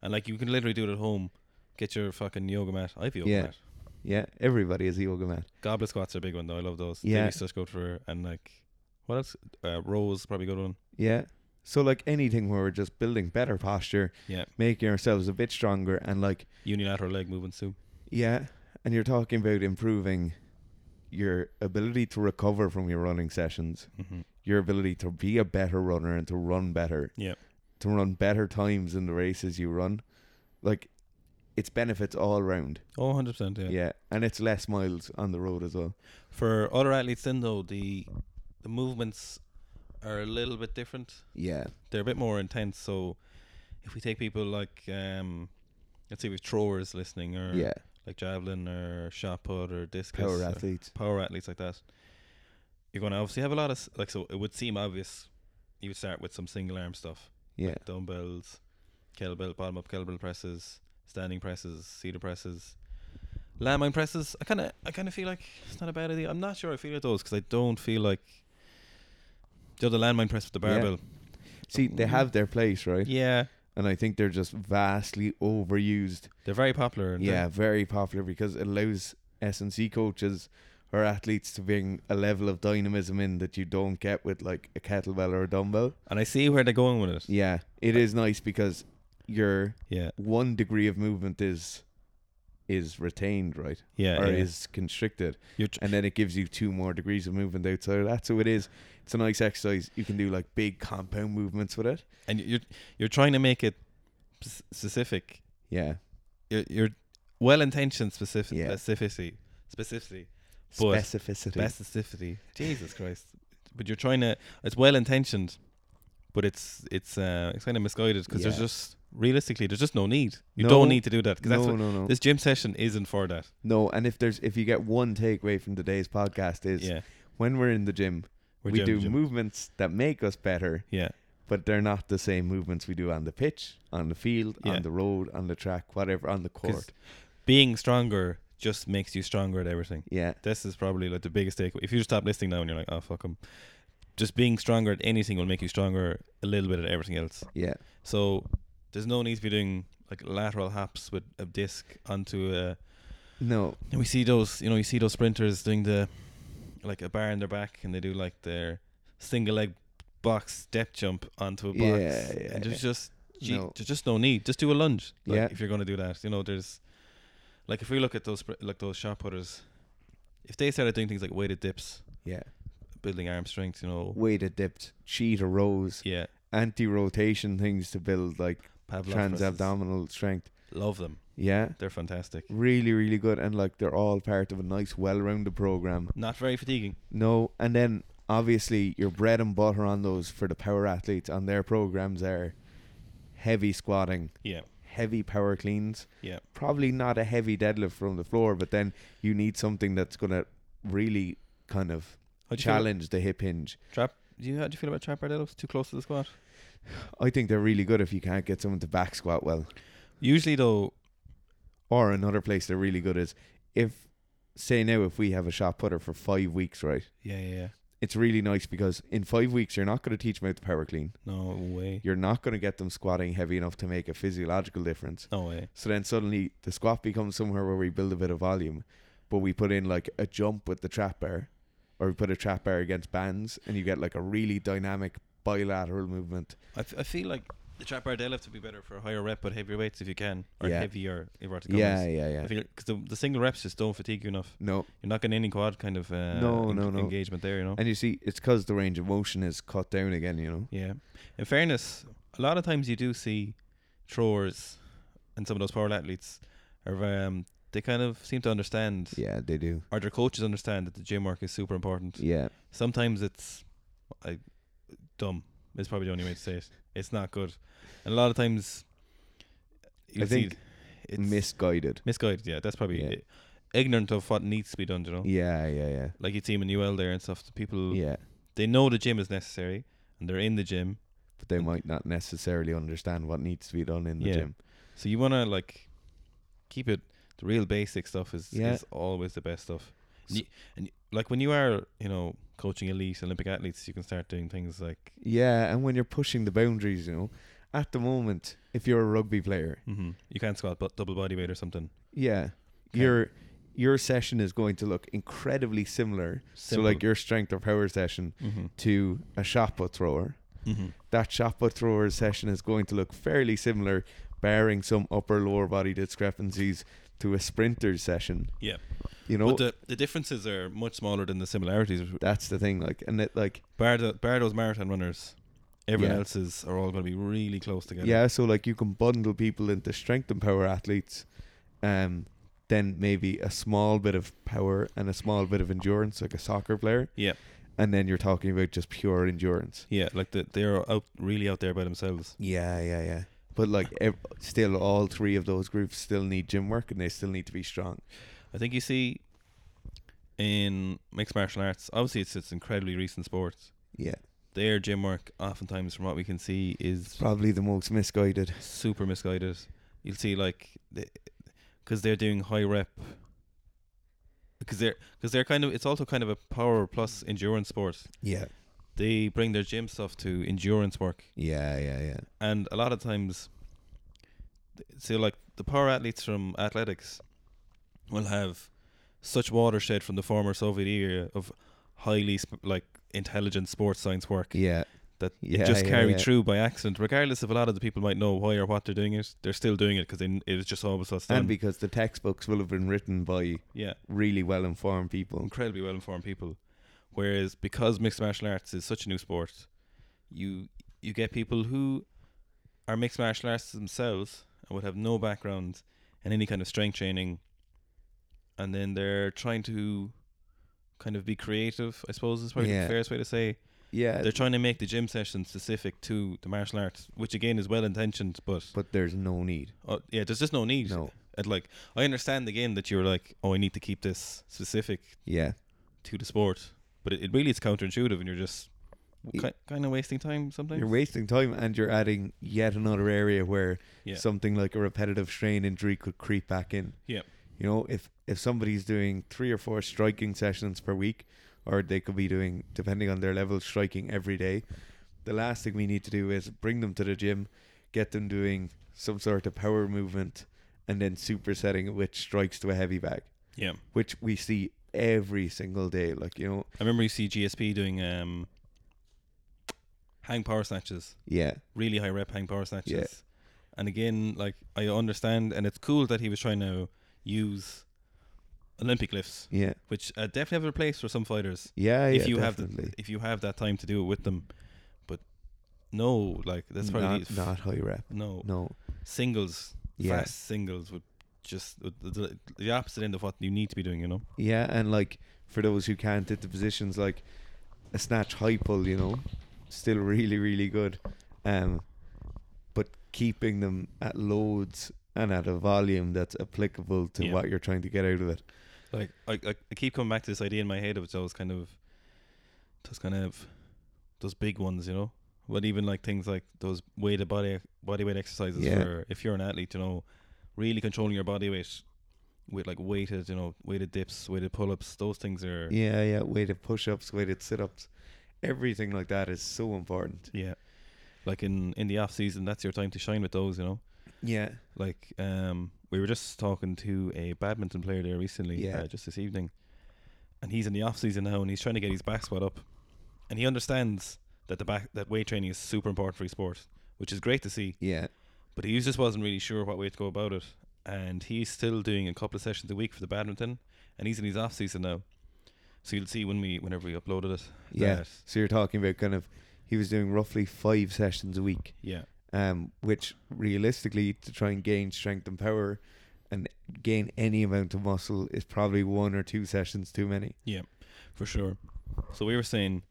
Speaker 2: and like you can literally do it at home get your fucking yoga mat i have a yoga
Speaker 1: Yeah.
Speaker 2: mat
Speaker 1: yeah. Everybody is a yoga man.
Speaker 2: goblet squats are a big one though i love those
Speaker 1: Yeah.
Speaker 2: they be such good for and like what else uh, rows probably a good one
Speaker 1: Yeah. So, like anything where we're just building better posture,
Speaker 2: Yeah.
Speaker 1: making ourselves a bit stronger, and like
Speaker 2: unilateral leg movements too.
Speaker 1: Yeah, and you're talking about improving your ability to recover from your running sessions,
Speaker 2: Mm-hmm.
Speaker 1: your ability to be a better runner and to run better.
Speaker 2: Yeah.
Speaker 1: To run better times in the races you run. Like it's benefits all round.
Speaker 2: Oh, 100%. Yeah.
Speaker 1: Yeah. And it's less miles on the road as well.
Speaker 2: For other athletes, then though, the the movements are a little bit different.
Speaker 1: Yeah.
Speaker 2: They're a bit more intense. So if we take people like, um, let's say, with throwers listening, or
Speaker 1: Yeah.
Speaker 2: like javelin, or shot put, or discus,
Speaker 1: Power
Speaker 2: or
Speaker 1: athletes.
Speaker 2: power athletes like that, you're going to obviously have a lot of s- like. So it would seem obvious. You would start with some single arm stuff,
Speaker 1: Yeah.
Speaker 2: dumbbells, kettlebell, bottom up kettlebell presses, standing presses, cedar presses, landmine presses. I kind of, I kind of feel like it's not a bad idea. I'm not sure I feel at those because I don't feel like the other landmine press with the
Speaker 1: Yeah.
Speaker 2: barbell.
Speaker 1: See, they have their place,
Speaker 2: Yeah,
Speaker 1: right? And I think they're just vastly overused.
Speaker 2: they're very popular. And
Speaker 1: Yeah,
Speaker 2: yeah,
Speaker 1: very popular because it allows S and C coaches or athletes to bring a level of dynamism in that you don't get with like a kettlebell or a dumbbell.
Speaker 2: and I see where they're going with it.
Speaker 1: Yeah, it is nice because your
Speaker 2: Yeah,
Speaker 1: one degree of movement is is retained, right?
Speaker 2: Yeah,
Speaker 1: or
Speaker 2: yeah.
Speaker 1: is constricted.
Speaker 2: You're tr-
Speaker 1: and then it gives you two more degrees of movement outside of that. So it is, it's a nice exercise. You can do like big compound movements with it.
Speaker 2: and you're you're trying to make it s- specific.
Speaker 1: Yeah.
Speaker 2: You're, you're well intentioned specific
Speaker 1: Yeah.
Speaker 2: specificity specificity But-
Speaker 1: Specificity.
Speaker 2: specificity. Jesus Christ! But you're trying to. It's well intentioned, but it's it's uh, it's kind of misguided because there's
Speaker 1: Yeah.
Speaker 2: just realistically there's just no need. You
Speaker 1: No.
Speaker 2: don't need to do that because
Speaker 1: no,
Speaker 2: that's what
Speaker 1: no, no,
Speaker 2: this gym session isn't for. That
Speaker 1: no. And if there's, if you get one takeaway from today's podcast is
Speaker 2: yeah,
Speaker 1: when we're in the gym,
Speaker 2: We're
Speaker 1: we
Speaker 2: gym-
Speaker 1: do
Speaker 2: gym.
Speaker 1: movements that make us better,
Speaker 2: Yeah,
Speaker 1: but they're not the same movements we do on the pitch, on the field,
Speaker 2: Yeah.
Speaker 1: on the road, on the track, whatever, on the
Speaker 2: 'cause
Speaker 1: court.
Speaker 2: being stronger just makes you stronger at everything.
Speaker 1: Yeah.
Speaker 2: This is probably like the biggest takeaway. If you stop listening now and you're like, oh fuck 'em," just being stronger at anything will make you stronger a little bit at everything else.
Speaker 1: Yeah.
Speaker 2: So there's no need to be doing like lateral hops with a disc onto a
Speaker 1: No.
Speaker 2: And we see those, you know, you see those sprinters doing the like a bar in their back, and they do like their single leg box step jump onto a box.
Speaker 1: Yeah, yeah,
Speaker 2: and there's just gee,
Speaker 1: No.
Speaker 2: there's just no need. Just do a lunge. Like,
Speaker 1: Yeah.
Speaker 2: If you're gonna do that, you know, there's like if we look at those spr- like those shot putters, if they started doing things like weighted dips,
Speaker 1: Yeah.
Speaker 2: building arm strength, you know,
Speaker 1: Weighted dipped, cheetah rows,
Speaker 2: yeah,
Speaker 1: anti rotation things to build like
Speaker 2: Pavlov
Speaker 1: trans
Speaker 2: presses.
Speaker 1: abdominal strength.
Speaker 2: Love them.
Speaker 1: Yeah.
Speaker 2: They're fantastic.
Speaker 1: Really, really good. And like they're all part of a nice, well rounded program.
Speaker 2: Not very fatiguing.
Speaker 1: No. And then obviously your bread and butter on those for the power athletes on their programs are heavy squatting,
Speaker 2: Yeah.
Speaker 1: heavy power cleans.
Speaker 2: Yeah.
Speaker 1: Probably not a heavy deadlift from the floor, but then you need something that's going to really kind of
Speaker 2: How do you feel?
Speaker 1: challenge the hip hinge.
Speaker 2: Trap. Do you how do you feel about trap bar deadlifts? Too close to the squat.
Speaker 1: I think they're really good if you can't get someone to back squat well.
Speaker 2: Usually though,
Speaker 1: Or another place they're really good is if, say now, if we have a shot putter for five weeks, right?
Speaker 2: yeah, yeah, yeah.
Speaker 1: It's really nice because in five weeks you're not going to teach them how to power clean.
Speaker 2: No way.
Speaker 1: You're not going to get them squatting heavy enough to make a physiological difference.
Speaker 2: No way.
Speaker 1: So then suddenly the squat becomes somewhere where we build a bit of volume, but we put in like a jump with the trap bar, or we put a trap bar against bands, and you get like a really dynamic bilateral movement.
Speaker 2: I, f- I feel like the trap bar deadlift would be better for a higher rep, but heavier weights if you can, or
Speaker 1: Yeah.
Speaker 2: heavier if we're to
Speaker 1: Yeah, yeah, yeah.
Speaker 2: I feel because the, the single reps just don't fatigue you enough.
Speaker 1: No,
Speaker 2: You're not getting any quad kind of uh,
Speaker 1: No, no, no.
Speaker 2: engagement there, you know.
Speaker 1: and you see, it's because the range of motion is cut down again. You know.
Speaker 2: yeah. In fairness, a lot of times you do see throwers and some of those power athletes are um, they kind of seem to understand
Speaker 1: Yeah, they do.
Speaker 2: or their coaches understand that the gym work is super important.
Speaker 1: Yeah,
Speaker 2: sometimes it's I dumb is probably the only way to say it. It's not good, and a lot of times you
Speaker 1: I think
Speaker 2: see it's
Speaker 1: misguided.
Speaker 2: misguided. Yeah, that's probably
Speaker 1: Yeah.
Speaker 2: it. ignorant of what needs to be done. You know,
Speaker 1: Yeah, yeah, yeah,
Speaker 2: like you see him in UL there and stuff. The people
Speaker 1: yeah.
Speaker 2: they know the gym is necessary and they're in the gym,
Speaker 1: But they might not necessarily understand what needs to be done in the
Speaker 2: Yeah.
Speaker 1: gym.
Speaker 2: so you want to like keep it. The real basic stuff is
Speaker 1: Yeah.
Speaker 2: is always the best stuff.
Speaker 1: S-
Speaker 2: And, you, and you- like when you are you know coaching elite Olympic athletes, you can start doing things like
Speaker 1: Yeah, and when you're pushing the boundaries, you know, at the moment, if you're a rugby player,
Speaker 2: mhm, you can't squat but double body weight or something.
Speaker 1: yeah,
Speaker 2: Okay.
Speaker 1: your your session is going to look incredibly similar. So like your strength or power session
Speaker 2: mm-hmm.
Speaker 1: to a shot put thrower.
Speaker 2: Mm-hmm.
Speaker 1: That shot put thrower session is going to look fairly similar, barring some upper lower body discrepancies to a sprinter's session.
Speaker 2: Yeah.
Speaker 1: You know,
Speaker 2: But the, the differences are much smaller than the similarities.
Speaker 1: that's the thing. Like, and it like.
Speaker 2: Bar, the, bar those marathon runners, everyone
Speaker 1: Yeah.
Speaker 2: else's are all going to be really close together.
Speaker 1: Yeah, so like you can bundle people into strength and power athletes, um, then maybe a small bit of power and a small bit of endurance, like a soccer player.
Speaker 2: Yeah.
Speaker 1: And then you're talking about just pure endurance.
Speaker 2: Yeah, like the, they're out really out there by themselves.
Speaker 1: Yeah, yeah, yeah. But like, ev- still, all three of those groups still need gym work, and they still need to be strong.
Speaker 2: I think you see in mixed martial arts, obviously it's it's incredibly recent sports.
Speaker 1: Yeah,
Speaker 2: Their gym work, oftentimes from what we can see, is
Speaker 1: probably the most misguided.
Speaker 2: super misguided. You'll see like because they're doing high rep because they're because they're kind of it's also kind of a power plus endurance sport.
Speaker 1: Yeah,
Speaker 2: They bring their gym stuff to endurance work,
Speaker 1: yeah, yeah, yeah,
Speaker 2: and a lot of times, so like the power athletes from athletics will have such watershed from the former Soviet era of highly sp- like intelligent sports science work
Speaker 1: yeah,
Speaker 2: that
Speaker 1: Yeah,
Speaker 2: it just
Speaker 1: yeah,
Speaker 2: carried
Speaker 1: yeah.
Speaker 2: through by accident, regardless if a lot of the people might know why or what they're doing it. They're still doing it because it was just always us done.
Speaker 1: and because the textbooks will have been written by
Speaker 2: yeah,
Speaker 1: really well informed people.
Speaker 2: incredibly well informed people. Whereas because mixed martial arts is such a new sport, you you get people who are mixed martial artists themselves and would have no background in any kind of strength training, and then they're trying to kind of be creative. I suppose is probably
Speaker 1: Yeah. Uh,
Speaker 2: the fairest way to say.
Speaker 1: Yeah,
Speaker 2: They're trying to make the gym session specific to the martial arts, which again is well intentioned, but
Speaker 1: but there's no need.
Speaker 2: uh, yeah, there's just no need.
Speaker 1: No.
Speaker 2: And like, I understand again that you're like, oh, I need to keep this specific
Speaker 1: Yeah.
Speaker 2: to the sport, but it, it really is counterintuitive, and you're just
Speaker 1: Y-
Speaker 2: ki- kind of wasting time sometimes.
Speaker 1: You're wasting time and you're adding yet another area where
Speaker 2: Yeah.
Speaker 1: something like a repetitive strain injury could creep back in.
Speaker 2: Yeah.
Speaker 1: You know, if if somebody's doing three or four striking sessions per week, or they could be doing, depending on their level, striking every day, the last thing we need to do is bring them to the gym, get them doing some sort of power movement, and then supersetting it with strikes to a heavy bag,
Speaker 2: yeah,
Speaker 1: which we see every single day. Like, you know,
Speaker 2: I remember you see GSP doing um, hang power snatches,
Speaker 1: yeah,
Speaker 2: really high rep hang power snatches, and again, like I understand, and it's cool that he was trying to use Olympic lifts,
Speaker 1: yeah,
Speaker 2: which uh, definitely have a place for some fighters.
Speaker 1: yeah.
Speaker 2: if
Speaker 1: yeah,
Speaker 2: you
Speaker 1: definitely.
Speaker 2: have the, if you have that time to do it with them. But no, like that's probably
Speaker 1: not,
Speaker 2: f-
Speaker 1: not high rep.
Speaker 2: no
Speaker 1: No.
Speaker 2: singles,
Speaker 1: Yeah.
Speaker 2: fast singles would just would- the, the opposite end of what you need to be doing. You know,
Speaker 1: Yeah, and like for those who can't hit the positions, like a snatch high pull, you know, still really, really good. Um, but keeping them at loads and at a volume that's applicable to
Speaker 2: Yeah.
Speaker 1: what you're trying to get out of it.
Speaker 2: like I, I, I keep coming back to this idea in my head of those kind of those kind of those big ones. You know, but even like things like those weight of body body weight exercises
Speaker 1: Yeah.
Speaker 2: for if you're an athlete, you know, really controlling your body weight with like weighted, you know, weighted dips, weighted pull ups. Those things are
Speaker 1: Yeah, yeah, weighted push ups, weighted sit ups, everything like that is so important.
Speaker 2: Yeah. Like in in the off season, that's your time to shine with those, you know.
Speaker 1: Yeah,
Speaker 2: Like um we were just talking to a badminton player there recently,
Speaker 1: Yeah.
Speaker 2: uh, just this evening. And he's in the off season now and he's trying to get his back squat up. And he understands that the back that weight training is super important for his sport, which is great to see.
Speaker 1: yeah,
Speaker 2: But he just wasn't really sure what way to go about it. And he's still doing a couple of sessions a week for the badminton and he's in his off season now. So you'll see when we whenever we uploaded it.
Speaker 1: yeah.
Speaker 2: that-
Speaker 1: So you're talking about kind of he was doing roughly five sessions a week.
Speaker 2: yeah.
Speaker 1: um, which realistically to try and gain strength and power and gain any amount of muscle is probably one or two sessions too many.
Speaker 2: For sure. So we were saying,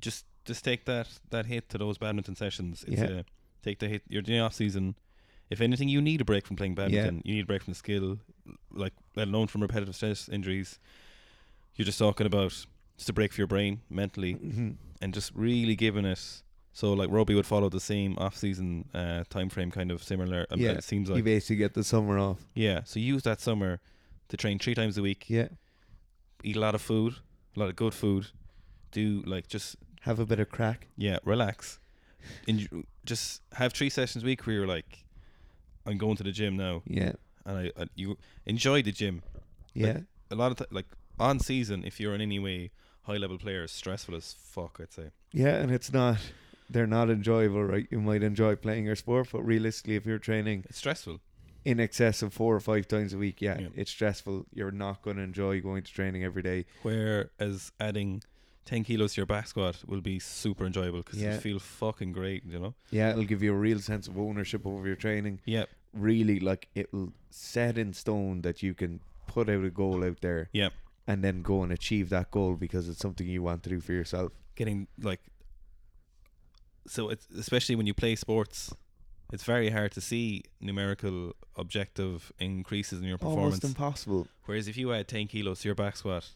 Speaker 2: just just take that that hit to those badminton sessions. It's
Speaker 1: Yeah.
Speaker 2: a, take the hit. You're in the off season. If anything, you need a break from playing badminton. You need a break from skill, like let alone from repetitive stress injuries. You're just talking about just a break for your brain mentally,
Speaker 1: Mhm.
Speaker 2: and just really giving it. So like Roby would follow the same off season uh, time frame, kind of similar. um,
Speaker 1: Yeah.
Speaker 2: It seems
Speaker 1: you
Speaker 2: like
Speaker 1: basically get the summer off.
Speaker 2: yeah. So use that summer to train three times a week.
Speaker 1: Yeah.
Speaker 2: Eat a lot of food, a lot of good food. Do like just
Speaker 1: Have a bit of crack.
Speaker 2: Yeah, relax. And just have three sessions a week where you're like, I'm going to the gym now,
Speaker 1: Yeah.
Speaker 2: and I, I you enjoy the gym.
Speaker 1: Yeah.
Speaker 2: A lot of th- like on season, if you're in any way high level player, is stressful as fuck. I'd say.
Speaker 1: yeah. And it's not, they're not enjoyable, right? You might enjoy playing your sport, but realistically, if you're training
Speaker 2: It's stressful.
Speaker 1: in excess of four or five times a week, yeah,
Speaker 2: Yeah.
Speaker 1: it's stressful. You're not going to enjoy going to training every day.
Speaker 2: Whereas adding ten kilos to your back squat will be super enjoyable because
Speaker 1: Yeah.
Speaker 2: you feel fucking great. You know.
Speaker 1: Yeah. It'll give you a real sense of ownership over your training.
Speaker 2: Yeah.
Speaker 1: really like it'll set in stone that you can put out a goal out there
Speaker 2: Yeah.
Speaker 1: and then go and achieve that goal because it's something you want to do for yourself.
Speaker 2: getting like so it's especially when you play sports it's very hard to see numerical objective increases in your performance
Speaker 1: Almost impossible.
Speaker 2: whereas if you add 10 kilos to your back squat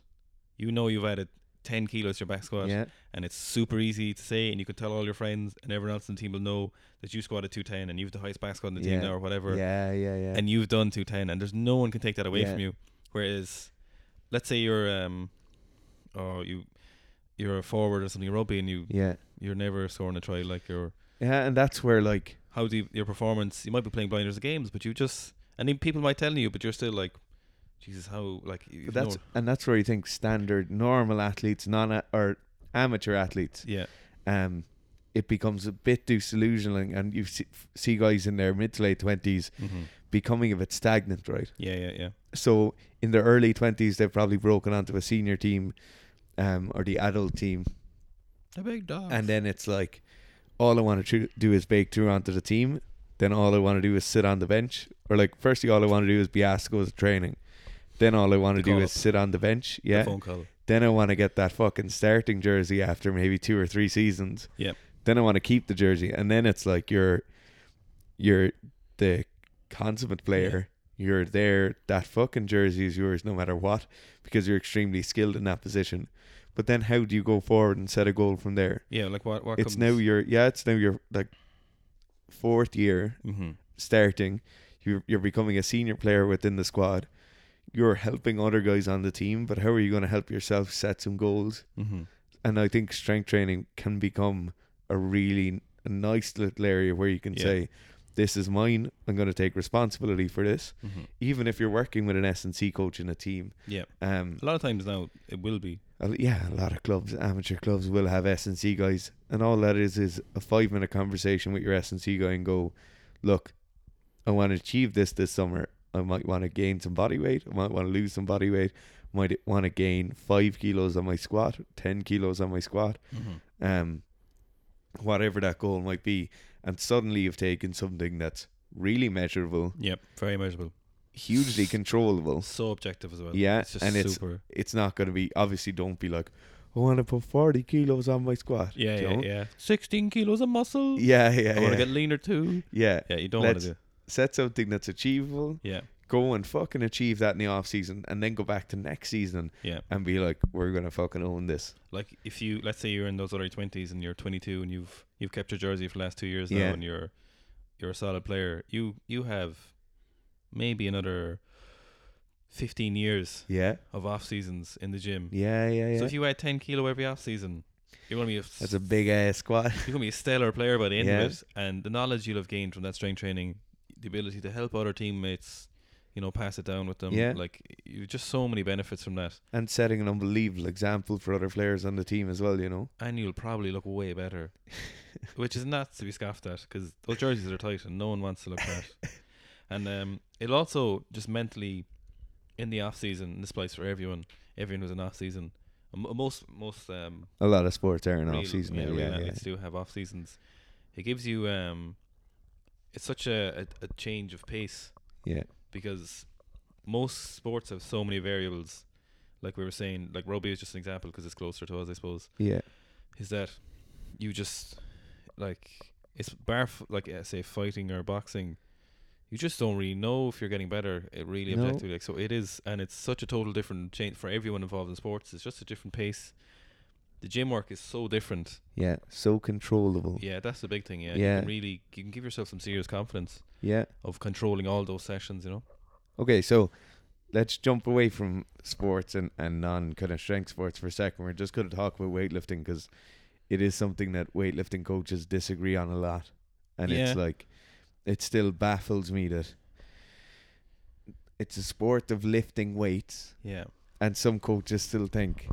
Speaker 2: you know you've added 10 kilos to your back squat
Speaker 1: Yeah.
Speaker 2: and it's super easy to say and you can tell all your friends and everyone else in the team will know that you squatted 210 and you've the highest back squat in the
Speaker 1: Yeah.
Speaker 2: team now or whatever
Speaker 1: Yeah, yeah, yeah.
Speaker 2: and you've done 210 and there's no one can take that away
Speaker 1: Yeah.
Speaker 2: from you whereas let's say you're um oh you you're a forward or something rugby and you
Speaker 1: yeah.
Speaker 2: you're never scoring a try like your
Speaker 1: Yeah, and that's where like
Speaker 2: how do you, your performance you might be playing blinders games but you just and then people might tell you but you're still like jesus how like you
Speaker 1: but that's and that's where you think standard normal athletes, non or amateur athletes
Speaker 2: yeah
Speaker 1: um it becomes a bit disillusioning, and you see, see guys in their mid to late twenties
Speaker 2: Mm-hmm.
Speaker 1: becoming a bit stagnant, right?
Speaker 2: Yeah, yeah, yeah.
Speaker 1: So in their early twenties, they've probably broken onto a senior team, um, or the adult team,
Speaker 2: The big dog.
Speaker 1: and then it's like, all I want to tr- do is bake two onto the team. Then all I want to do is sit on the bench, or like firstly, all I want to do is be asked to go to training. Then all I want to
Speaker 2: The
Speaker 1: do
Speaker 2: call
Speaker 1: is
Speaker 2: up.
Speaker 1: sit on the bench. Yeah.
Speaker 2: phone call.
Speaker 1: Then I want to get that fucking starting jersey after maybe two or three seasons.
Speaker 2: Yep.
Speaker 1: Then I want to keep the jersey, and then it's like you're, you're the consummate player. You're there. That fucking jersey is yours no matter what, because you're extremely skilled in that position. But then, how do you go forward and set a goal from there?
Speaker 2: Yeah, like what? What
Speaker 1: it's
Speaker 2: comes?
Speaker 1: now your yeah. It's now your like fourth year
Speaker 2: Mm-hmm.
Speaker 1: starting. You're you're becoming a senior player within the squad. You're helping other guys on the team, but how are you going to help yourself set some goals?
Speaker 2: Mm-hmm.
Speaker 1: and I think strength training can become a really n- nice little area where you can
Speaker 2: Yeah.
Speaker 1: say, "This is mine. I'm going to take responsibility for this."
Speaker 2: Mm-hmm.
Speaker 1: Even if you're working with an S and C coach in a team,
Speaker 2: Yeah.
Speaker 1: um,
Speaker 2: A lot of times now it will be.
Speaker 1: a- yeah, a lot of clubs, amateur clubs, will have S and C guys, and all that is is a five minute conversation with your S and C guy and go, "Look, I want to achieve this this summer. I might want to gain some body weight. I might want to lose some body weight." Might want to gain five kilos on my squat, ten kilos on my squat,
Speaker 2: Mm-hmm.
Speaker 1: um, whatever that goal might be, and suddenly you've taken something that's really measurable,
Speaker 2: Yep. Very measurable.
Speaker 1: hugely controllable.
Speaker 2: So objective as well.
Speaker 1: Yeah,
Speaker 2: It's just
Speaker 1: and it's-
Speaker 2: super.
Speaker 1: It's not going to be obviously. Don't be like, I want to put forty kilos on my squat.
Speaker 2: Yeah, yeah,
Speaker 1: Don't.
Speaker 2: yeah. Sixteen kilos of muscle.
Speaker 1: yeah, yeah,
Speaker 2: I want
Speaker 1: yeah.
Speaker 2: to get leaner too.
Speaker 1: yeah.
Speaker 2: Yeah, you don't want
Speaker 1: Let's-
Speaker 2: to do.
Speaker 1: Set something that's achievable.
Speaker 2: Yeah,
Speaker 1: Go and fucking achieve that in the off season, and then go back to next season
Speaker 2: yeah.
Speaker 1: and be like, we're gonna fucking own this.
Speaker 2: Like if you let's say you're in those early twenties and you're 22 and you've you've kept your jersey for the last two years
Speaker 1: Yeah.
Speaker 2: now and you're you're a solid player. You you have maybe another 15 years
Speaker 1: Yeah,
Speaker 2: of off seasons in the gym.
Speaker 1: yeah, yeah, yeah.
Speaker 2: So if you add 10 kilo every off season, you're gonna be a, s-
Speaker 1: that's a big ass squat.
Speaker 2: you're gonna be a stellar player by the end
Speaker 1: Yeah.
Speaker 2: of it. And the knowledge you'll have gained from that strength training, the ability to help other teammates, you know, pass it down with them.
Speaker 1: Yeah.
Speaker 2: Like you just so many benefits from that.
Speaker 1: and setting an unbelievable example for other players on the team as well. You know.
Speaker 2: and you'll probably look way better, which is not to be scoffed at because those jerseys are tight and no one wants to look fat. and um, it also just mentally in the off season. This applies for everyone. Everyone who's in off season. And mo- Most most um,
Speaker 1: A lot of sports are in off
Speaker 2: real-
Speaker 1: season.
Speaker 2: yeah,
Speaker 1: Yeah,
Speaker 2: real
Speaker 1: yeah, yeah.
Speaker 2: athletes do have off seasons. It gives you um, it's such a, a, a change of pace
Speaker 1: yeah.
Speaker 2: because most sports have so many variables. Like we were saying, like rugby is just an example because it's closer to us, I suppose.
Speaker 1: Yeah.
Speaker 2: is that you just like it's bar f- like uh, say fighting or boxing you just don't really know if you're getting better it really
Speaker 1: No.
Speaker 2: objectively like so it is and it's such a total different change for everyone involved in sports it's just a different pace the gym work is so different
Speaker 1: Yeah. So controllable.
Speaker 2: yeah that's the big thing yeah, you
Speaker 1: Yeah.
Speaker 2: can really you can give yourself some serious confidence
Speaker 1: Yeah.
Speaker 2: of controlling all those sessions you know
Speaker 1: Okay, so let's jump away from sports and, and non kind of strength sports for a second. We're just going to talk about weightlifting because it is something that weightlifting coaches disagree on a lot. And it's
Speaker 2: Yeah.
Speaker 1: like, it still baffles me that it's a sport of lifting weights,
Speaker 2: yeah
Speaker 1: and some coaches still think.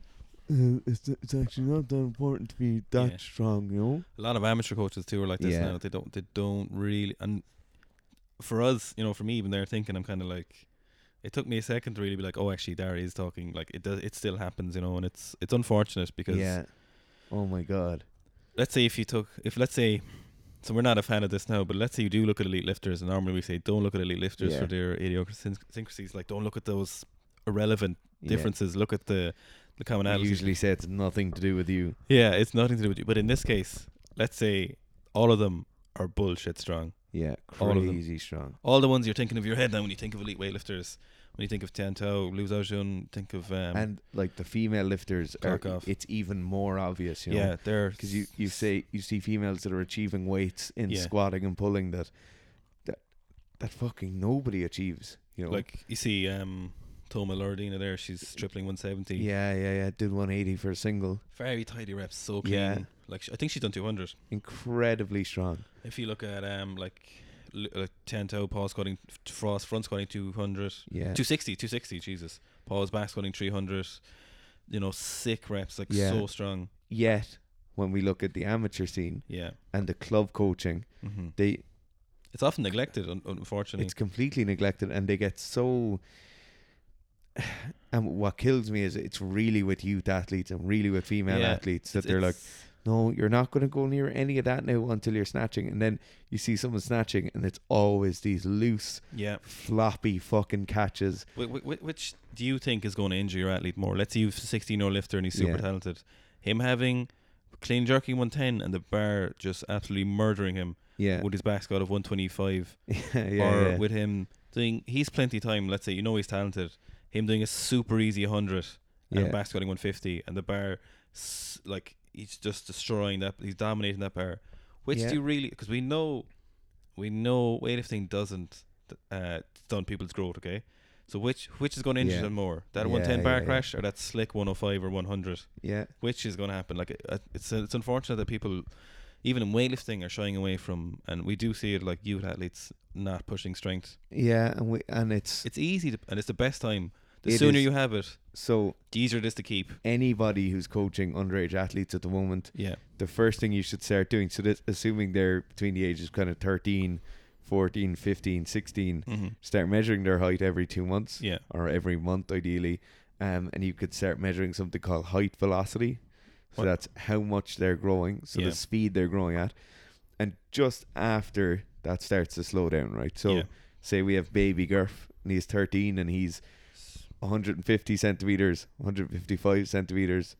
Speaker 1: "Uh, It's, it's actually not that important to be that
Speaker 2: Yeah.
Speaker 1: strong, you know?
Speaker 2: a lot of amateur coaches too are like this
Speaker 1: Yeah.
Speaker 2: now. They don't they don't really and for us, you know, for me even there thinking I'm kinda like it took me a second to really be like, Oh actually Dari is talking like it does it still happens, you know, and it's it's unfortunate because
Speaker 1: Yeah. Oh my God.
Speaker 2: let's say if you took if let's say so we're not a fan of this now, but let's say you do look at elite lifters and normally we say don't look at elite lifters
Speaker 1: Yeah.
Speaker 2: for their idiosyncrasies, like don't look at those irrelevant
Speaker 1: Yeah.
Speaker 2: differences, look at the the
Speaker 1: I
Speaker 2: commonalities.
Speaker 1: usually say it's nothing to do with you.
Speaker 2: Yeah, it's nothing to do with you. But in this case, let's say all of them are bullshit strong.
Speaker 1: Yeah,
Speaker 2: All of them.
Speaker 1: crazy strong.
Speaker 2: all the ones you're thinking of your head now when you think of elite weightlifters, when you think of Tianto, Liu Zhaoxun, think of um,
Speaker 1: and like the female lifters, are,
Speaker 2: Clock off.
Speaker 1: it's even more obvious, you know.
Speaker 2: yeah, they're
Speaker 1: because you you say you see females that are achieving weights in
Speaker 2: Yeah.
Speaker 1: squatting and pulling that that that fucking nobody achieves, you know.
Speaker 2: like you see um, Toma Lordina there, she's tripling 170,
Speaker 1: yeah, yeah, yeah. Did one eighty for a single,
Speaker 2: very tidy reps, so clean.
Speaker 1: Yeah.
Speaker 2: Like sh- I think she's done 200.
Speaker 1: incredibly strong.
Speaker 2: If you look at um like uh, li- like Tianto, pause squatting, f- frost front squatting 200,
Speaker 1: Yeah,
Speaker 2: 260, 260, Jesus, pause back squatting 300. You know, sick reps, like
Speaker 1: Yeah.
Speaker 2: so strong.
Speaker 1: yet when we look at the amateur scene
Speaker 2: Yeah.
Speaker 1: and the club coaching.
Speaker 2: Mm-hmm.
Speaker 1: They
Speaker 2: It's often neglected, un- unfortunately.
Speaker 1: It's completely neglected, and they get so. And what kills me is it's really with youth athletes and really with female
Speaker 2: Yeah,
Speaker 1: athletes that
Speaker 2: It's-
Speaker 1: they're like,
Speaker 2: it's-
Speaker 1: no, you're not going to go near any of that now until you're snatching. And then you see someone snatching, and it's always these loose,
Speaker 2: yeah.
Speaker 1: floppy fucking catches.
Speaker 2: Wh- wh- wh- Which do you think is going to injure your athlete more? Let's say you've a 16 year lifter and he's super
Speaker 1: Yeah.
Speaker 2: talented. Him having clean jerking 110 and the bar just absolutely murdering him
Speaker 1: Yeah.
Speaker 2: with his back squat of 125,
Speaker 1: yeah,
Speaker 2: or
Speaker 1: yeah.
Speaker 2: with him doing, he's plenty time, let's say, you know he's talented, him doing a super easy 100 and
Speaker 1: Yeah.
Speaker 2: back squatting 150 and the bar, s- like, he's just destroying that, he's dominating that bar. Which
Speaker 1: Yeah.
Speaker 2: do you really, because we know, we know weightlifting doesn't uh, stunt people's growth, okay? So which which is going to injure
Speaker 1: Yeah.
Speaker 2: them more, that
Speaker 1: Yeah,
Speaker 2: 110 bar
Speaker 1: yeah, yeah.
Speaker 2: crash or that slick 105 or 100?
Speaker 1: yeah.
Speaker 2: which is going to happen. Like uh, it's it's unfortunate that people, even in weightlifting, are shying away from, and we do see it like youth athletes not pushing strength.
Speaker 1: Yeah. And, we, and it's
Speaker 2: It's easy to, and it's the best time. The
Speaker 1: It
Speaker 2: sooner
Speaker 1: is.
Speaker 2: you have it,
Speaker 1: so
Speaker 2: the easier it is to keep.
Speaker 1: anybody who's coaching underage athletes at the moment
Speaker 2: Yeah,
Speaker 1: the first thing you should start doing so this assuming they're between the ages of kind of 13 14 15 16
Speaker 2: hmm
Speaker 1: start measuring their height every two months
Speaker 2: yeah,
Speaker 1: or every month ideally um, and you could start measuring something called height velocity so
Speaker 2: What-
Speaker 1: that's how much they're growing so
Speaker 2: Yeah.
Speaker 1: the speed they're growing at and just after that starts to slow down right so
Speaker 2: Yeah.
Speaker 1: say we have baby Gurf and he's 13 and he's 150 centimeters 155 centimeters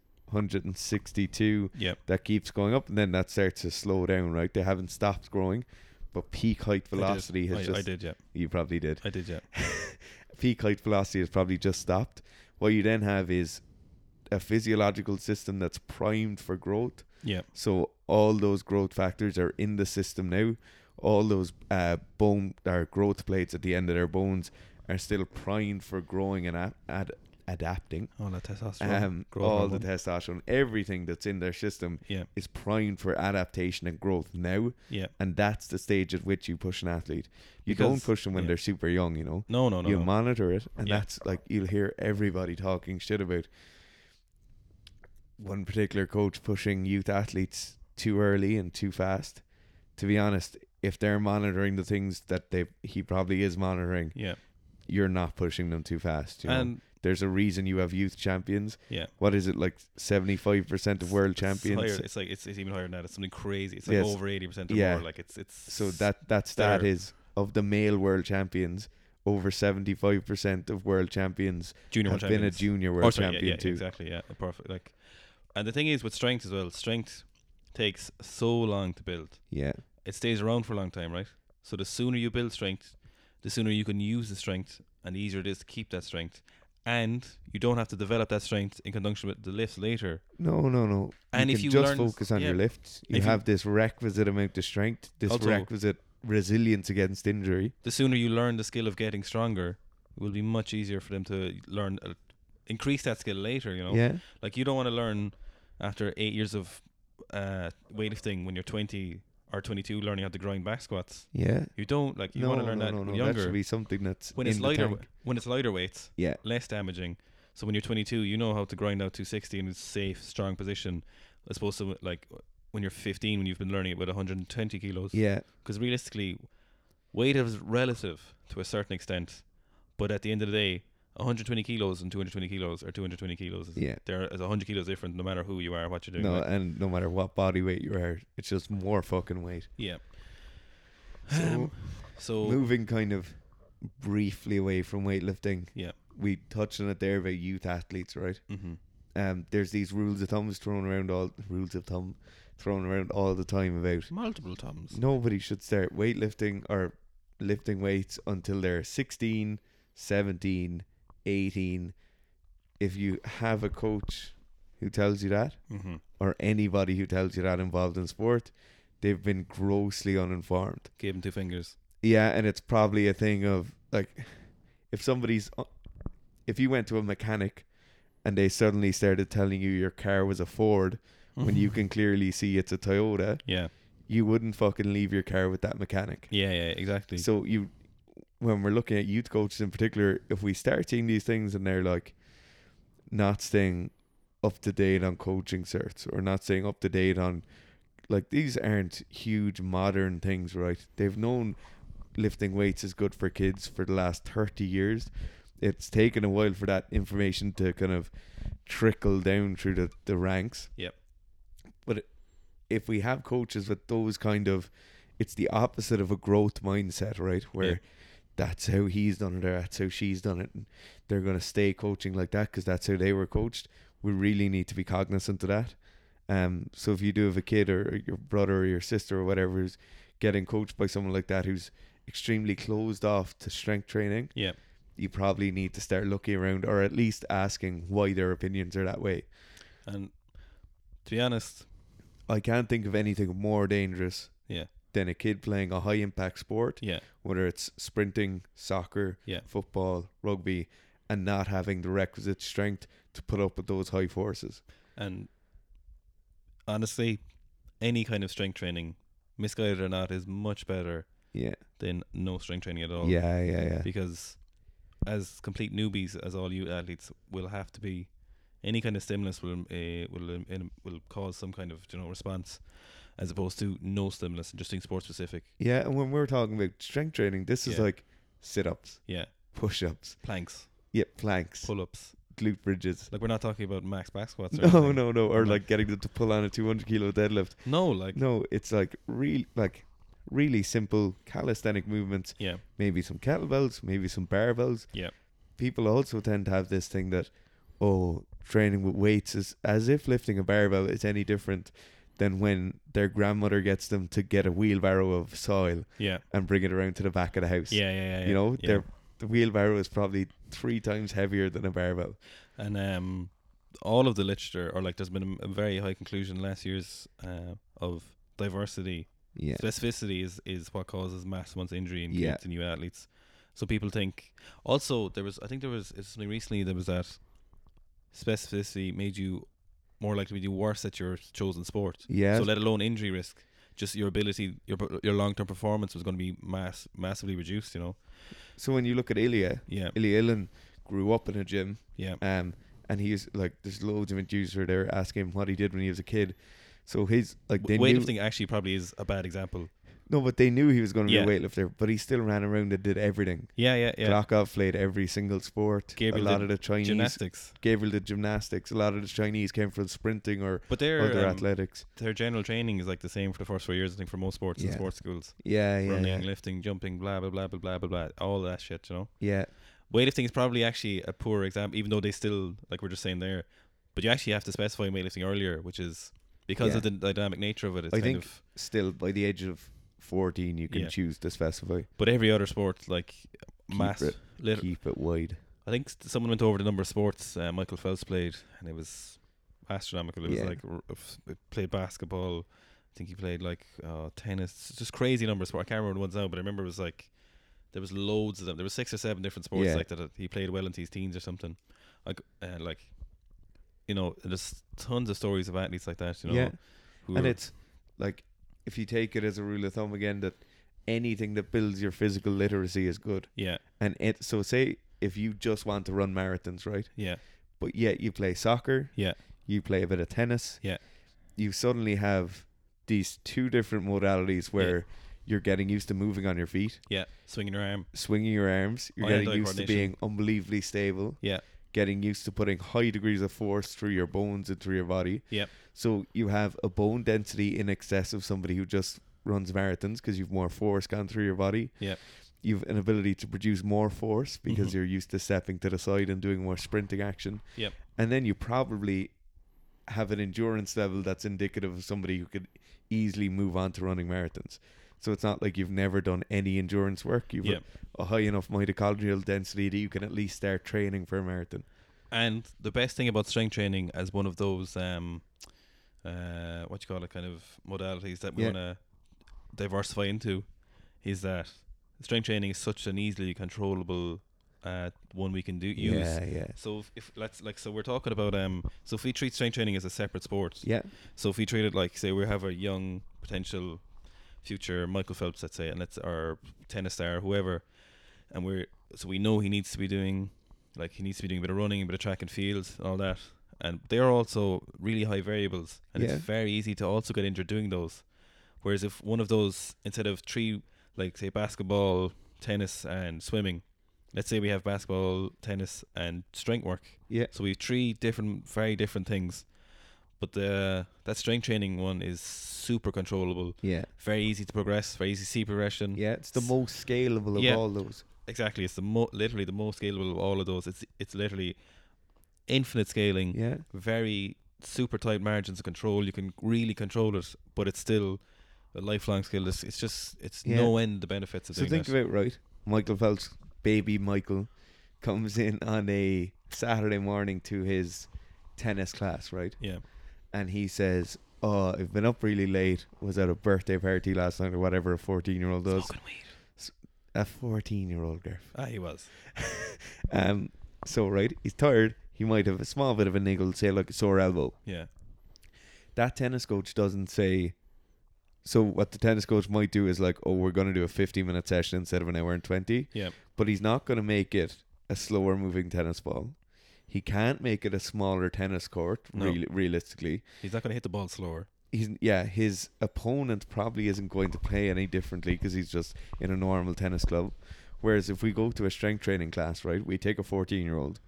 Speaker 1: 162
Speaker 2: yeah.
Speaker 1: that keeps going up, and then that starts to slow down. Right, they haven't stopped growing, but peak height
Speaker 2: I did.
Speaker 1: velocity has
Speaker 2: I,
Speaker 1: just
Speaker 2: I did, yeah,
Speaker 1: you probably did.
Speaker 2: I did, yeah.
Speaker 1: Peak height velocity has probably just stopped. What you then have is a physiological system that's primed for growth.
Speaker 2: Yeah,
Speaker 1: So all those growth factors are in the system now. All those uh, bone or growth plates at the end of their bones are still primed for growing and a- ad- adapting.
Speaker 2: all that testosterone,
Speaker 1: Um,
Speaker 2: growth
Speaker 1: all the
Speaker 2: hormone.
Speaker 1: testosterone, everything that's in their system
Speaker 2: yeah,
Speaker 1: is primed for adaptation and growth now,
Speaker 2: yeah.
Speaker 1: and that's the stage at which you push an athlete. You don't
Speaker 2: Because-
Speaker 1: push them when
Speaker 2: yeah.
Speaker 1: they're super young, you know.
Speaker 2: No, no, no.
Speaker 1: you
Speaker 2: no.
Speaker 1: monitor it, and
Speaker 2: Yeah.
Speaker 1: that's like you'll hear everybody talking shit about one particular coach pushing youth athletes too early and too fast. To be honest, if they're monitoring the things that they he probably is monitoring,
Speaker 2: yeah,
Speaker 1: you're not pushing them too fast. You know?
Speaker 2: and
Speaker 1: There's a reason you have youth champions.
Speaker 2: yeah.
Speaker 1: What is it like? Seventy five percent of world
Speaker 2: It's higher-
Speaker 1: champions
Speaker 2: It's like it's, it's even higher than that. It's something crazy. It's like
Speaker 1: Yes.
Speaker 2: over eighty percent or
Speaker 1: Yeah.
Speaker 2: more. Like it's it's
Speaker 1: So that that stat
Speaker 2: there.
Speaker 1: is of the male world champions, over seventy five percent of world champions
Speaker 2: junior
Speaker 1: have
Speaker 2: world
Speaker 1: been a
Speaker 2: champions.
Speaker 1: junior world
Speaker 2: Oh, sorry, yeah,
Speaker 1: champion
Speaker 2: yeah,
Speaker 1: too.
Speaker 2: Exactly, yeah, a perfect. Like, and the thing is with strength as well. Strength takes so long to build.
Speaker 1: Yeah,
Speaker 2: It stays around for a long time, right? So the sooner you build strength, the sooner you can use the strength, and the easier it is to keep that strength. And you don't have to develop that strength in conjunction with the lifts later.
Speaker 1: no, no, no.
Speaker 2: And
Speaker 1: you
Speaker 2: if
Speaker 1: can
Speaker 2: you
Speaker 1: just
Speaker 2: learn-
Speaker 1: focus on your
Speaker 2: yeah.
Speaker 1: lifts, you
Speaker 2: If you-
Speaker 1: have this requisite amount of strength, this
Speaker 2: Also-
Speaker 1: requisite resilience against injury.
Speaker 2: The sooner you learn the skill of getting stronger, it will be much easier for them to learn, uh, increase that skill later. You know,
Speaker 1: Yeah,
Speaker 2: Like you don't want to learn after eight years of uh, weightlifting when you're 20 or 22, learning how to grind back squats.
Speaker 1: yeah.
Speaker 2: You don't like you
Speaker 1: no,
Speaker 2: want to learn
Speaker 1: no,
Speaker 2: that
Speaker 1: no, no. That
Speaker 2: younger
Speaker 1: should be something that's
Speaker 2: when
Speaker 1: in
Speaker 2: it's
Speaker 1: the
Speaker 2: lighter
Speaker 1: tank.
Speaker 2: when it's lighter weights,
Speaker 1: Yeah,
Speaker 2: less damaging. So when you're 22, you know how to grind out 260 in a safe, strong position, as opposed to like when you're 15 when you've been learning it with 120 kilos.
Speaker 1: yeah,
Speaker 2: Because realistically, weight is relative to a certain extent, but at the end of the day, 120 kilos and 220 kilos are 220 kilos.
Speaker 1: yeah.
Speaker 2: There is 100 kilos different no matter who you are, what you're doing.
Speaker 1: No, uh,
Speaker 2: like-
Speaker 1: and no matter what body weight you are, it's just more fucking weight.
Speaker 2: yeah.
Speaker 1: So-
Speaker 2: Um, so
Speaker 1: moving kind of briefly away from weightlifting.
Speaker 2: Yeah.
Speaker 1: We touched on it there about youth athletes, right?
Speaker 2: mhm.
Speaker 1: Um, there's these rules of thumbs thrown around all rules of thumb thrown around all the time about
Speaker 2: multiple times.
Speaker 1: nobody should start weightlifting or lifting weights until they're 16, 17, 18. If you have a coach who tells you that
Speaker 2: Mm-hmm.
Speaker 1: or anybody who tells you that involved in sport, they've been grossly uninformed.
Speaker 2: Gave him two fingers.
Speaker 1: Yeah, and it's probably a thing of like if somebody's uh, if you went to a mechanic and they suddenly started telling you your car was a Ford when you can clearly see it's a Toyota,
Speaker 2: Yeah.
Speaker 1: you wouldn't fucking leave your car with that mechanic.
Speaker 2: Yeah, yeah, exactly.
Speaker 1: So you when we're looking at youth coaches in particular, if we start seeing these things and they're like not staying up to date on coaching certs or not saying up to date on like these aren't huge modern things, right? They've known lifting weights is good for kids for the last 30 years. It's taken a while for that information to kind of trickle down through the, the ranks.
Speaker 2: Yep.
Speaker 1: But it- if we have coaches with those kind of, it's the opposite of a growth mindset, right? Where
Speaker 2: Yeah.
Speaker 1: that's how he's done it or that's how she's done it. And they're going to stay coaching like that because that's how they were coached. We really need to be cognizant of that. Um, so if you do have a kid or your brother or your sister or whatever who's getting coached by someone like that who's extremely closed off to strength training,
Speaker 2: Yeah.
Speaker 1: you probably need to start looking around or at least asking why their opinions are that way.
Speaker 2: And to be honest,
Speaker 1: I can't think of anything more dangerous
Speaker 2: Yeah.
Speaker 1: than a kid playing a high impact sport,
Speaker 2: yeah,
Speaker 1: whether it's sprinting, soccer,
Speaker 2: Yeah.
Speaker 1: football, rugby, and not having the requisite strength to put up with those high forces.
Speaker 2: and honestly, any kind of strength training, misguided or not, is much better
Speaker 1: Yeah.
Speaker 2: than no strength training at all.
Speaker 1: Yeah, yeah, yeah.
Speaker 2: Because as complete newbies, as all you athletes will have to be, any kind of stimulus will uh, will um, in- will cause some kind of you know response, as opposed to no stimulus and just doing sport specific.
Speaker 1: Yeah, and when we're talking about strength training, this is
Speaker 2: Yeah.
Speaker 1: like sit ups,
Speaker 2: Yeah,
Speaker 1: push ups,
Speaker 2: planks,
Speaker 1: yeah, planks,
Speaker 2: pull ups.
Speaker 1: glute bridges.
Speaker 2: Like we're not talking about max back squats. Or
Speaker 1: No,
Speaker 2: anything.
Speaker 1: no, no. Or
Speaker 2: No.
Speaker 1: like getting them to pull on a 200 kilo deadlift.
Speaker 2: no, like
Speaker 1: No, it's like real, like really simple calisthenic movements.
Speaker 2: yeah,
Speaker 1: Maybe some kettlebells, maybe some barbells.
Speaker 2: Yeah.
Speaker 1: People also tend to have this thing that, oh, training with weights is as if lifting a barbell is any different than when their grandmother gets them to get a wheelbarrow of soil
Speaker 2: yeah,
Speaker 1: and bring it around to the back of the house.
Speaker 2: yeah, yeah, yeah. yeah,
Speaker 1: You know,
Speaker 2: yeah.
Speaker 1: their the wheelbarrow is probably three times heavier than a barbell.
Speaker 2: and um, all of the literature, or like, there's been a, a very high conclusion last year's uh, of diversity.
Speaker 1: Yeah.
Speaker 2: Specificity is is what causes mass amounts of injury in
Speaker 1: Yeah.
Speaker 2: kids and new athletes. So people think. Also, there was I think there was it's something recently that was that specificity made you more likely to do worse at your chosen sport.
Speaker 1: Yeah.
Speaker 2: So let alone injury risk, just your ability, your your long term performance was going to be mass massively reduced. You know.
Speaker 1: so when you look at Ilya,
Speaker 2: Yeah.
Speaker 1: Ilya Ilin grew up in a gym.
Speaker 2: Yeah.
Speaker 1: Um, and he's like, there's loads of interviews where they're asking him what he did when he was a kid. So his like they
Speaker 2: W-
Speaker 1: knew
Speaker 2: weightlifting actually probably is a bad example.
Speaker 1: no, but they knew he was going to
Speaker 2: Yeah.
Speaker 1: be a weightlifter, but he still ran around and did everything.
Speaker 2: Yeah, yeah, yeah.
Speaker 1: Glakov played every single sport. a
Speaker 2: Gabriel
Speaker 1: lot
Speaker 2: did
Speaker 1: of the Chinese
Speaker 2: Gymnastics,
Speaker 1: Gabriel did gymnastics. A lot of the Chinese came from sprinting or
Speaker 2: but their
Speaker 1: other
Speaker 2: um,
Speaker 1: athletics.
Speaker 2: their general training is like the same for the first four years. I think for most sports
Speaker 1: Yeah.
Speaker 2: and sports schools,
Speaker 1: Yeah, yeah,
Speaker 2: running,
Speaker 1: yeah.
Speaker 2: lifting, jumping, blah blah blah blah blah blah blah, all that shit. You know,
Speaker 1: yeah.
Speaker 2: weightlifting is probably actually a poor example, even though they still like we're just saying there. But you actually have to specify weightlifting earlier, which is because
Speaker 1: Yeah.
Speaker 2: of the dynamic nature of it. It's
Speaker 1: I
Speaker 2: kind
Speaker 1: think-
Speaker 2: of,
Speaker 1: Still, by the age of fourteen, you can
Speaker 2: Yeah.
Speaker 1: choose to specify.
Speaker 2: but every other sport like
Speaker 1: Keep
Speaker 2: mass.
Speaker 1: it-
Speaker 2: lit-
Speaker 1: Keep it wide.
Speaker 2: I think s- someone went over the number of sports uh, Michael Phelps played, and it was astronomical. It was
Speaker 1: Yeah.
Speaker 2: like r- f- played basketball. I think he played like uh, tennis. Just crazy number of sports. I can't remember the ones now, but I remember it was like there was loads of them. There was six or seven different sports
Speaker 1: Yeah.
Speaker 2: like that. uh, He played well into his teens or something. Like uh, like you know, there's tons of stories of athletes like that. You know,
Speaker 1: Yeah.
Speaker 2: who
Speaker 1: And
Speaker 2: are-
Speaker 1: it's like if you take it as a rule of thumb again that anything that builds your physical literacy is good.
Speaker 2: yeah,
Speaker 1: And it so say if you just want to run marathons, right?
Speaker 2: yeah,
Speaker 1: But yet you play soccer,
Speaker 2: Yeah.
Speaker 1: you play a bit of tennis,
Speaker 2: Yeah.
Speaker 1: You suddenly have these two different modalities where you're getting used to moving on your feet,
Speaker 2: yeah. Swinging your arm.
Speaker 1: swinging your arms, you're
Speaker 2: Eye-and-eye
Speaker 1: getting used to
Speaker 2: Oh, coordination.
Speaker 1: being unbelievably stable.
Speaker 2: Yeah.
Speaker 1: Getting used to putting high degrees of force through your bones and through your body.
Speaker 2: Yep.
Speaker 1: So you have a bone density in excess of somebody who just runs marathons because you've more force gone through your body.
Speaker 2: Yep.
Speaker 1: You've an ability to produce more force because
Speaker 2: Mhm.
Speaker 1: you're used to stepping to the side and doing more sprinting action.
Speaker 2: Yep.
Speaker 1: And then you probably have an endurance level that's indicative of somebody who could easily move on to running marathons. So it's not like you've never done any endurance work. You've
Speaker 2: Yep.
Speaker 1: a high enough mitochondrial density that you can at least start training for a marathon.
Speaker 2: And the best thing about strength training as one of those um uh what you call it kind of modalities that we
Speaker 1: Yeah.
Speaker 2: wanna diversify into is that strength training is such an easily controllable uh one we can do use.
Speaker 1: Yeah, yeah.
Speaker 2: So if, if let's like so we're talking about um so if we treat strength training as a separate sport,
Speaker 1: Yeah.
Speaker 2: so if we treat it like say we have a young potential future Michael Phelps, let's say, and let's our tennis star, whoever, and we're so we know he needs to be doing like he needs to be doing a bit of running, a bit of track and field, and all that. and they're also really high variables, and
Speaker 1: Yeah.
Speaker 2: it's very easy to also get injured doing those. Whereas if one of those instead of three, like say basketball, tennis, and swimming, let's say we have basketball, tennis, and strength work.
Speaker 1: Yeah.
Speaker 2: So we have three different, very different things, but the that strength training one is super controllable,
Speaker 1: Yeah.
Speaker 2: very easy to progress, very easy to see progression.
Speaker 1: Yeah, it's the most scalable of
Speaker 2: Yeah.
Speaker 1: all those.
Speaker 2: Exactly, it's the mo- literally the most scalable of all of those. It's it's literally infinite scaling,
Speaker 1: Yeah.
Speaker 2: very super tight margins of control. You can really control it, but it's still a lifelong skill. It's, it's just it's
Speaker 1: Yeah.
Speaker 2: no end the benefits of
Speaker 1: So
Speaker 2: doing
Speaker 1: think
Speaker 2: that.
Speaker 1: of it right. Michael Phelps, baby Michael, comes in on a Saturday morning to his tennis class, right?
Speaker 2: yeah,
Speaker 1: And he says, "Oh, I've been up really late. Was at a birthday party last night or whatever a fourteen-year-old does."
Speaker 2: Smoking weed.
Speaker 1: A fourteen-year-old girl.
Speaker 2: Ah, he was.
Speaker 1: Um. So right, he's tired. He might have a small bit of a niggle, say like a sore elbow.
Speaker 2: Yeah,
Speaker 1: that tennis coach doesn't say so what the tennis coach might do is like oh we're going to do a 50 minute session instead of an hour and 20
Speaker 2: yeah,
Speaker 1: but he's not going to make it a slower moving tennis ball he can't make it a smaller tennis court
Speaker 2: No.
Speaker 1: real- realistically
Speaker 2: he's not going to hit the ball slower.
Speaker 1: he's yeah his opponent probably isn't going to play any differently because he's just in a normal tennis club whereas if we go to a strength training class right we take a 14 year old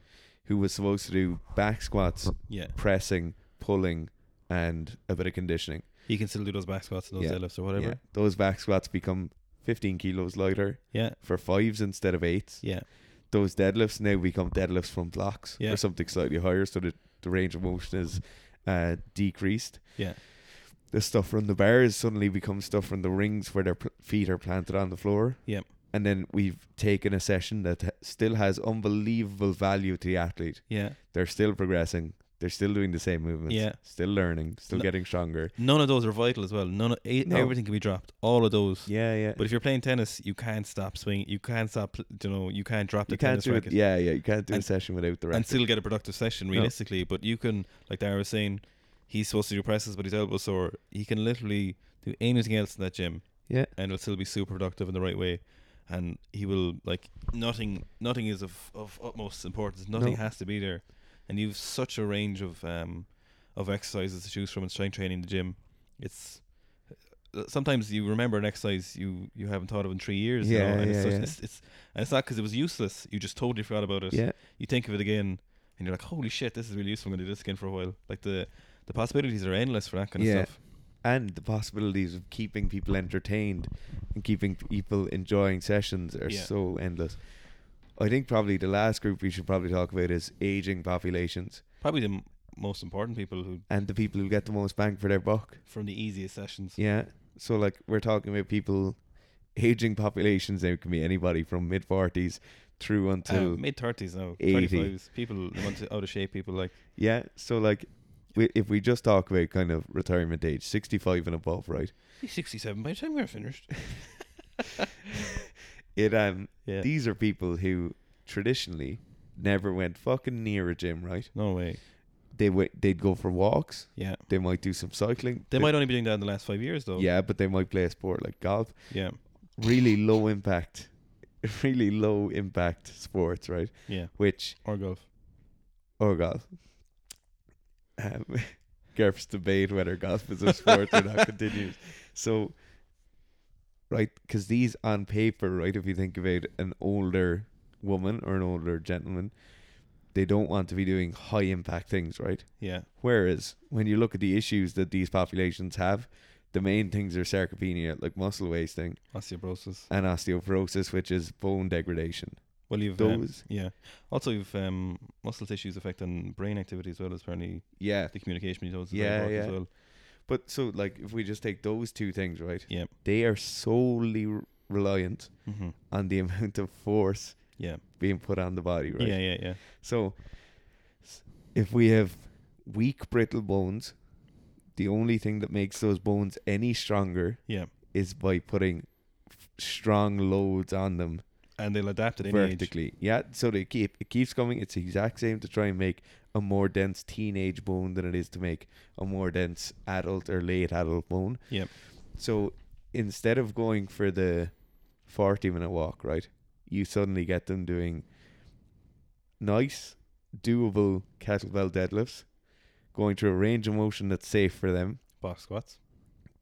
Speaker 1: who was supposed to do back squats
Speaker 2: Yeah,
Speaker 1: pressing pulling and a bit of conditioning
Speaker 2: he can still do those back squats and those
Speaker 1: Yeah.
Speaker 2: deadlifts or whatever.
Speaker 1: Yeah, those back squats become 15 kilos lighter
Speaker 2: Yeah,
Speaker 1: for fives instead of eights.
Speaker 2: yeah,
Speaker 1: Those deadlifts now become deadlifts from blocks
Speaker 2: Yeah.
Speaker 1: or something slightly higher, so that the range of motion is uh, decreased.
Speaker 2: yeah,
Speaker 1: The stuff from the bars suddenly becomes stuff from the rings where their pl- feet are planted on the floor.
Speaker 2: Yeah.
Speaker 1: And then we've taken a session that ha- still has unbelievable value to the athlete.
Speaker 2: yeah.
Speaker 1: They're still progressing. They're still doing the same movements.
Speaker 2: Yeah.
Speaker 1: Still learning. Still
Speaker 2: No-
Speaker 1: getting stronger.
Speaker 2: None of those are vital as well. None, of, e-
Speaker 1: No.
Speaker 2: everything can be dropped. All of those.
Speaker 1: Yeah, yeah.
Speaker 2: But if you're playing tennis, you can't stop swinging. You can't stop. pl- You know, you can't drop the
Speaker 1: you can't
Speaker 2: tennis
Speaker 1: do it.
Speaker 2: racket
Speaker 1: Yeah, yeah. You can't do
Speaker 2: And-
Speaker 1: a session without the racket.
Speaker 2: and still get a productive session realistically. But you can, like Dara was saying, he's supposed to do presses, but his elbow sore. He can literally do anything else in that gym,
Speaker 1: Yeah.
Speaker 2: and it'll still be super productive in the right way. And he will like nothing. Nothing is of of utmost importance. Nothing
Speaker 1: No.
Speaker 2: has to be there, and you've such a range of um of exercises to choose from and strength training in the gym. It's uh, sometimes you remember an exercise you you haven't thought of in three years. you know,
Speaker 1: Yeah,
Speaker 2: and it's,
Speaker 1: yeah,
Speaker 2: such-
Speaker 1: yeah.
Speaker 2: it's it's and it's not because it was useless. You just totally forgot about it
Speaker 1: Yeah.
Speaker 2: you think of it again and you're like, holy shit, this is really useful. I'm going to do this again for a while. Like the the possibilities are endless for that kind
Speaker 1: Yeah.
Speaker 2: of stuff.
Speaker 1: and the possibilities of keeping people entertained and keeping people enjoying sessions are
Speaker 2: Yeah.
Speaker 1: so endless. I think probably the last group we should probably talk about is aging populations
Speaker 2: Probably the m- most important people who
Speaker 1: and the people who get the most bang for their buck.
Speaker 2: from the easiest sessions.
Speaker 1: Yeah. So like we're talking about people aging populations now can be anybody from mid 40s through until
Speaker 2: mid thirties Uh, now,
Speaker 1: 80.
Speaker 2: thirty fives. People want to out of shape. People like
Speaker 1: yeah, so like we, if we just talk about kind of retirement age 65 and above, right?
Speaker 2: "Be sixty-seven by the time we're finished.
Speaker 1: It um
Speaker 2: Yeah.
Speaker 1: these are people who traditionally never went fucking near a gym, right?
Speaker 2: no way.
Speaker 1: They w- they'd go for walks.
Speaker 2: Yeah.
Speaker 1: They might do some cycling.
Speaker 2: They might only be doing that in the last five years though.
Speaker 1: Yeah, but they might play a sport like golf.
Speaker 2: Yeah.
Speaker 1: Really low impact, really low impact sports, right?
Speaker 2: Yeah.
Speaker 1: Which
Speaker 2: Or golf.
Speaker 1: oh golf. Um, Gerf's debate whether golf is a sport or not continues. So, right, because these on paper, right, if you think about an older woman or an older gentleman, they don't want to be doing high impact things, right?
Speaker 2: Yeah.
Speaker 1: Whereas when you look at the issues that these populations have, the main things are sarcopenia, like muscle wasting,
Speaker 2: Osteoporosis.
Speaker 1: and osteoporosis, which is bone degradation.
Speaker 2: Well, you've um,
Speaker 1: Those,
Speaker 2: yeah. Also, you've um, muscle tissues affecting brain activity as well as apparently
Speaker 1: yeah.
Speaker 2: the communication between those.
Speaker 1: Yeah,
Speaker 2: As
Speaker 1: yeah.
Speaker 2: well.
Speaker 1: But so, like, if we just take those two things, right?
Speaker 2: Yeah.
Speaker 1: They are solely r- reliant
Speaker 2: Mm-hmm.
Speaker 1: on the amount of force
Speaker 2: Yeah.
Speaker 1: being put on the body, right?
Speaker 2: Yeah. Yeah. Yeah.
Speaker 1: So, s- if we have weak, brittle bones, the only thing that makes those bones any stronger
Speaker 2: Yeah.
Speaker 1: is by putting f- strong loads on them
Speaker 2: and they'll adapt at any age.
Speaker 1: vertically. Yeah, so they keep it keeps coming. It's the exact same to try and make a more dense teenage bone than it is to make a more dense adult or late adult bone.
Speaker 2: Yep.
Speaker 1: So instead of going for the forty minute walk, right, you suddenly get them doing nice, doable kettlebell deadlifts going through a range of motion that's safe for them.
Speaker 2: Box squats.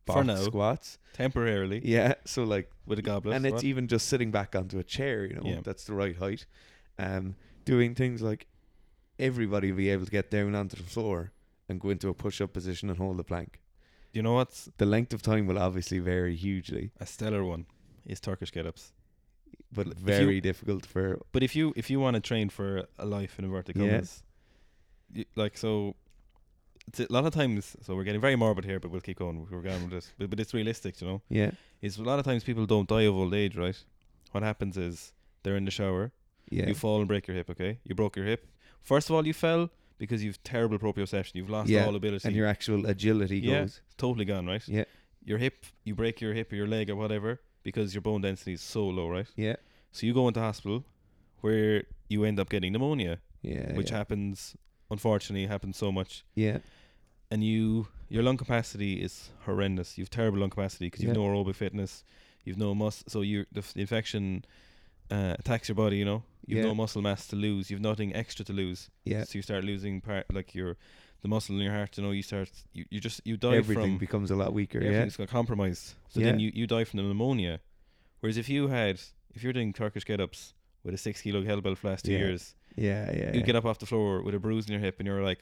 Speaker 2: For
Speaker 1: Box
Speaker 2: now.
Speaker 1: squats.
Speaker 2: Temporarily.
Speaker 1: Yeah. So like
Speaker 2: With a goblet.
Speaker 1: and it's
Speaker 2: squat.
Speaker 1: even just sitting back onto a chair, you know,
Speaker 2: Yeah.
Speaker 1: that's the right height. Um, doing things like everybody be able to get down onto the floor and go into a push up position and hold the plank.
Speaker 2: you know what's
Speaker 1: The length of time will obviously vary hugely,
Speaker 2: a stellar one? Is Turkish get ups.
Speaker 1: but
Speaker 2: If you-
Speaker 1: very difficult for
Speaker 2: But if you if you want to train for a life in inverted
Speaker 1: Yeah.
Speaker 2: commas, you, like so, it's a lot of times. So we're getting very morbid here, but we'll keep going. We're going with this, but, but it's realistic, you know.
Speaker 1: yeah,
Speaker 2: Is a lot of times people don't die of old age, right? What happens is they're in the shower,
Speaker 1: yeah,
Speaker 2: you fall and break your hip. Okay, you broke your hip. First of all, you fell because you've terrible proprioception. You've lost
Speaker 1: Yeah,
Speaker 2: all ability.
Speaker 1: and your actual agility
Speaker 2: Yeah.
Speaker 1: goes.
Speaker 2: totally gone, right?
Speaker 1: Yeah.
Speaker 2: Your hip, you break your hip or your leg or whatever because your bone density is so low, right?
Speaker 1: Yeah,
Speaker 2: So you go into hospital where you end up getting pneumonia,
Speaker 1: yeah, Uh,
Speaker 2: which
Speaker 1: yeah,
Speaker 2: happens unfortunately happens so much.
Speaker 1: yeah,
Speaker 2: And you your lung capacity is horrendous. You've terrible lung capacity because you've
Speaker 1: Yeah.
Speaker 2: no aerobic fitness, you've no muscle. So you the, f- the infection uh, attacks your body. You know you've
Speaker 1: Yeah.
Speaker 2: no muscle mass to lose. You've nothing extra to lose.
Speaker 1: yeah.
Speaker 2: So you start losing part like your the muscle in your heart. You know you start you, you just you die
Speaker 1: Everything
Speaker 2: from
Speaker 1: becomes a lot weaker. Yeah,
Speaker 2: everything's got compromised. So then
Speaker 1: Yeah.
Speaker 2: you, you die from the pneumonia. Whereas if you had if you're doing Turkish get ups with a six kilo kettlebell for the last two
Speaker 1: Yeah.
Speaker 2: years,
Speaker 1: yeah, yeah,
Speaker 2: you get up off the floor with a bruise in your hip and you're like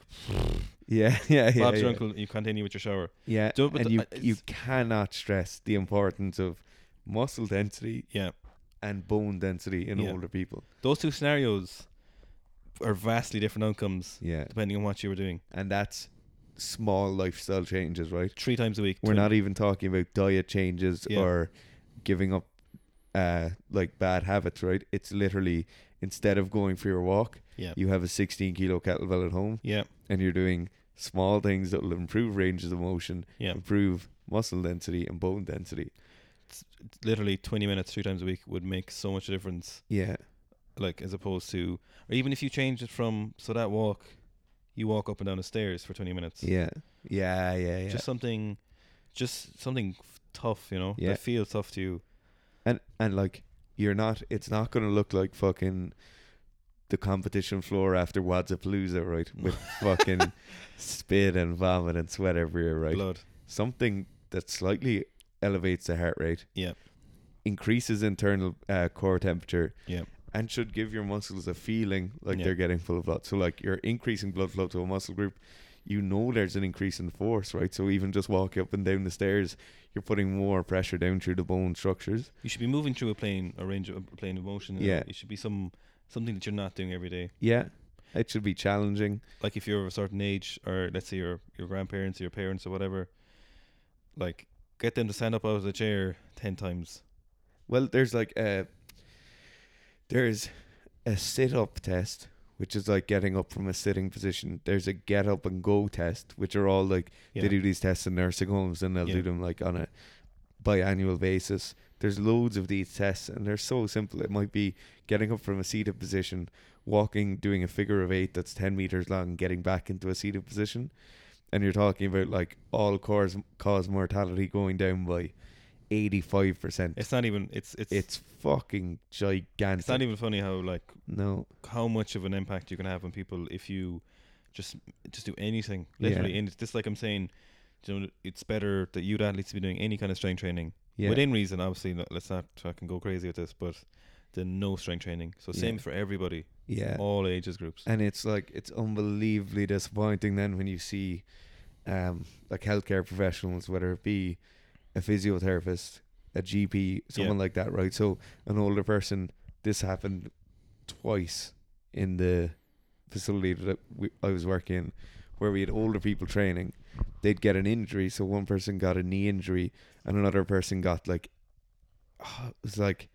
Speaker 1: yeah, yeah, yeah,
Speaker 2: Bob's your
Speaker 1: yeah.
Speaker 2: uncle you continue with your shower.
Speaker 1: Yeah,
Speaker 2: Do- but
Speaker 1: and
Speaker 2: the-
Speaker 1: you
Speaker 2: uh,
Speaker 1: you
Speaker 2: it's-
Speaker 1: cannot stress the importance of muscle density
Speaker 2: Yeah.
Speaker 1: and bone density in
Speaker 2: Yeah.
Speaker 1: older people.
Speaker 2: Those two scenarios are vastly different outcomes
Speaker 1: Yeah,
Speaker 2: depending on what you were doing.
Speaker 1: and that's small lifestyle changes, right?
Speaker 2: Three times a week.
Speaker 1: We're
Speaker 2: twen-
Speaker 1: not even talking about diet changes
Speaker 2: Yeah.
Speaker 1: or giving up uh like bad habits, right? It's literally instead of going for your walk,
Speaker 2: Yeah.
Speaker 1: you have a 16 kilo kettlebell at home
Speaker 2: Yeah.
Speaker 1: and you're doing small things that will improve ranges of motion,
Speaker 2: Yeah.
Speaker 1: improve muscle density and bone density.
Speaker 2: Literally twenty minutes three times a week would make so much difference.
Speaker 1: Yeah,
Speaker 2: like as opposed to or even if you change it from so that walk you walk up and down the stairs for 20 minutes
Speaker 1: yeah, yeah, yeah, yeah.
Speaker 2: just something just something f- tough you know
Speaker 1: Yeah.
Speaker 2: that feels tough to you
Speaker 1: and and like you're not it's not going to look like fucking the competition floor after Wadzapalooza, right? With fucking spit and vomit and sweat everywhere, right?
Speaker 2: blood
Speaker 1: Something that slightly elevates the heart rate.
Speaker 2: Yeah.
Speaker 1: Increases internal uh, core temperature.
Speaker 2: Yeah.
Speaker 1: And should give your muscles a feeling like
Speaker 2: Yeah.
Speaker 1: they're getting full of blood. So like you're increasing blood flow to a muscle group. You know there's an increase in force, right? So even just walking up and down the stairs, you're putting more pressure down through the bone structures.
Speaker 2: you should be moving through a plane a range of a plane of motion you know.
Speaker 1: Yeah.
Speaker 2: it should be some something that you're not doing every day
Speaker 1: Yeah, it should be challenging.
Speaker 2: like if you're of a certain age or let's say your your grandparents or your parents or whatever like get them to stand up out of the chair 10 times
Speaker 1: Well, there's like a there's a sit up test, which is like getting up from a sitting position. There's a get up and go test, which are all like
Speaker 2: yeah
Speaker 1: they do these tests in nursing homes and they'll
Speaker 2: Yeah.
Speaker 1: do them like on a biannual basis. There's loads of these tests and they're so simple. It might be getting up from a seated position, walking, doing a figure of eight that's 10 meters long, getting back into a seated position. And you're talking about like all cause, cause mortality going down by 85%. It's,
Speaker 2: it's not even it's it's it's,
Speaker 1: fucking gigantic.
Speaker 2: it's not even funny how like
Speaker 1: no.
Speaker 2: how much of an impact you can have on people if you just just do anything
Speaker 1: Yeah.
Speaker 2: literally and it's just like i'm saying you know it's better that you'd athletes be doing any kind of strength training
Speaker 1: Yeah.
Speaker 2: within reason obviously no, let's not fucking go crazy with this but then no strength training so same
Speaker 1: Yeah.
Speaker 2: for everybody
Speaker 1: yeah.
Speaker 2: all ages groups
Speaker 1: And it's like it's unbelievably disappointing then when you see um like healthcare professionals, whether it be a physiotherapist, a GP, someone like that, right? So an older person, this happened twice in the facility that we, I was working in where we had older people training. They'd get an injury, so one person got a knee injury and another person got like uh, it was like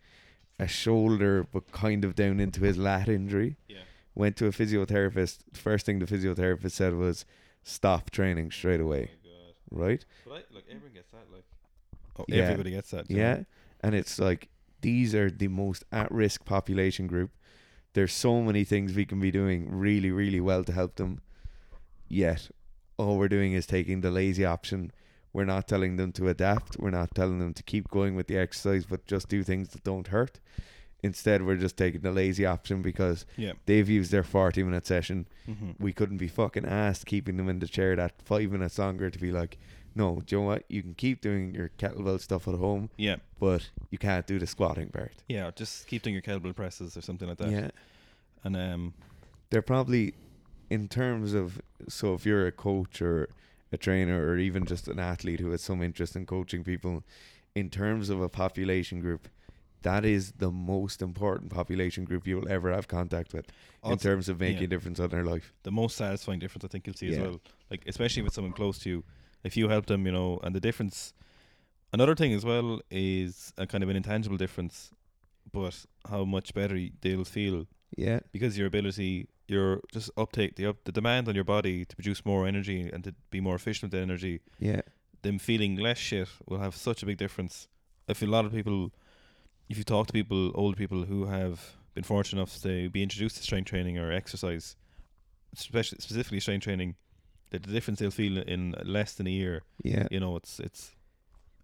Speaker 1: a shoulder but kind of down into his lat injury
Speaker 2: yeah
Speaker 1: went to a physiotherapist. First thing the physiotherapist said was, "Stop training straight away." Right?
Speaker 2: Oh but I, like everyone gets that like oh,
Speaker 1: Yeah.
Speaker 2: everybody gets that you know?
Speaker 1: Yeah. And it's like these are the most at-risk population group. There's so many things we can be doing really, really well to help them. Yet, all we're doing is taking the lazy option. We're not telling them to adapt. We're not telling them to keep going with the exercise, but just do things that don't hurt. Instead, we're just taking the lazy option because
Speaker 2: Yeah.
Speaker 1: they've used their 40 minute session.
Speaker 2: Mm-hmm.
Speaker 1: We couldn't be fucking asked keeping them in the chair that five minutes longer to be like, no, do you know what? You can keep doing your kettlebell stuff at home,
Speaker 2: Yeah.
Speaker 1: but you can't do the squatting part.
Speaker 2: Yeah. Just keep doing your kettlebell presses or something like that.
Speaker 1: Yeah.
Speaker 2: And um,
Speaker 1: they're probably in terms of so if you're a coach or a trainer or even just an athlete who has some interest in coaching people in terms of a population group that is the most important population group you'll ever have contact with in
Speaker 2: Also-
Speaker 1: terms of making
Speaker 2: yeah.
Speaker 1: a difference on their life
Speaker 2: the most satisfying difference I think you'll see as
Speaker 1: Yeah.
Speaker 2: well. Like especially with someone close to you, if you help them, you know, and the difference. Another thing as well is a kind of an intangible difference, but how much better y- they'll feel
Speaker 1: yeah
Speaker 2: because your ability, your just uptake, the up, the demand on your body to produce more energy and to be more efficient with energy,
Speaker 1: yeah
Speaker 2: them feeling less shit will have such a big difference. I feel a lot of people, if you talk to people, older people who have been fortunate enough to be introduced to strength training or exercise, especially specifically strength training, that the difference they'll feel in less than a year,
Speaker 1: yeah
Speaker 2: you know, it's it's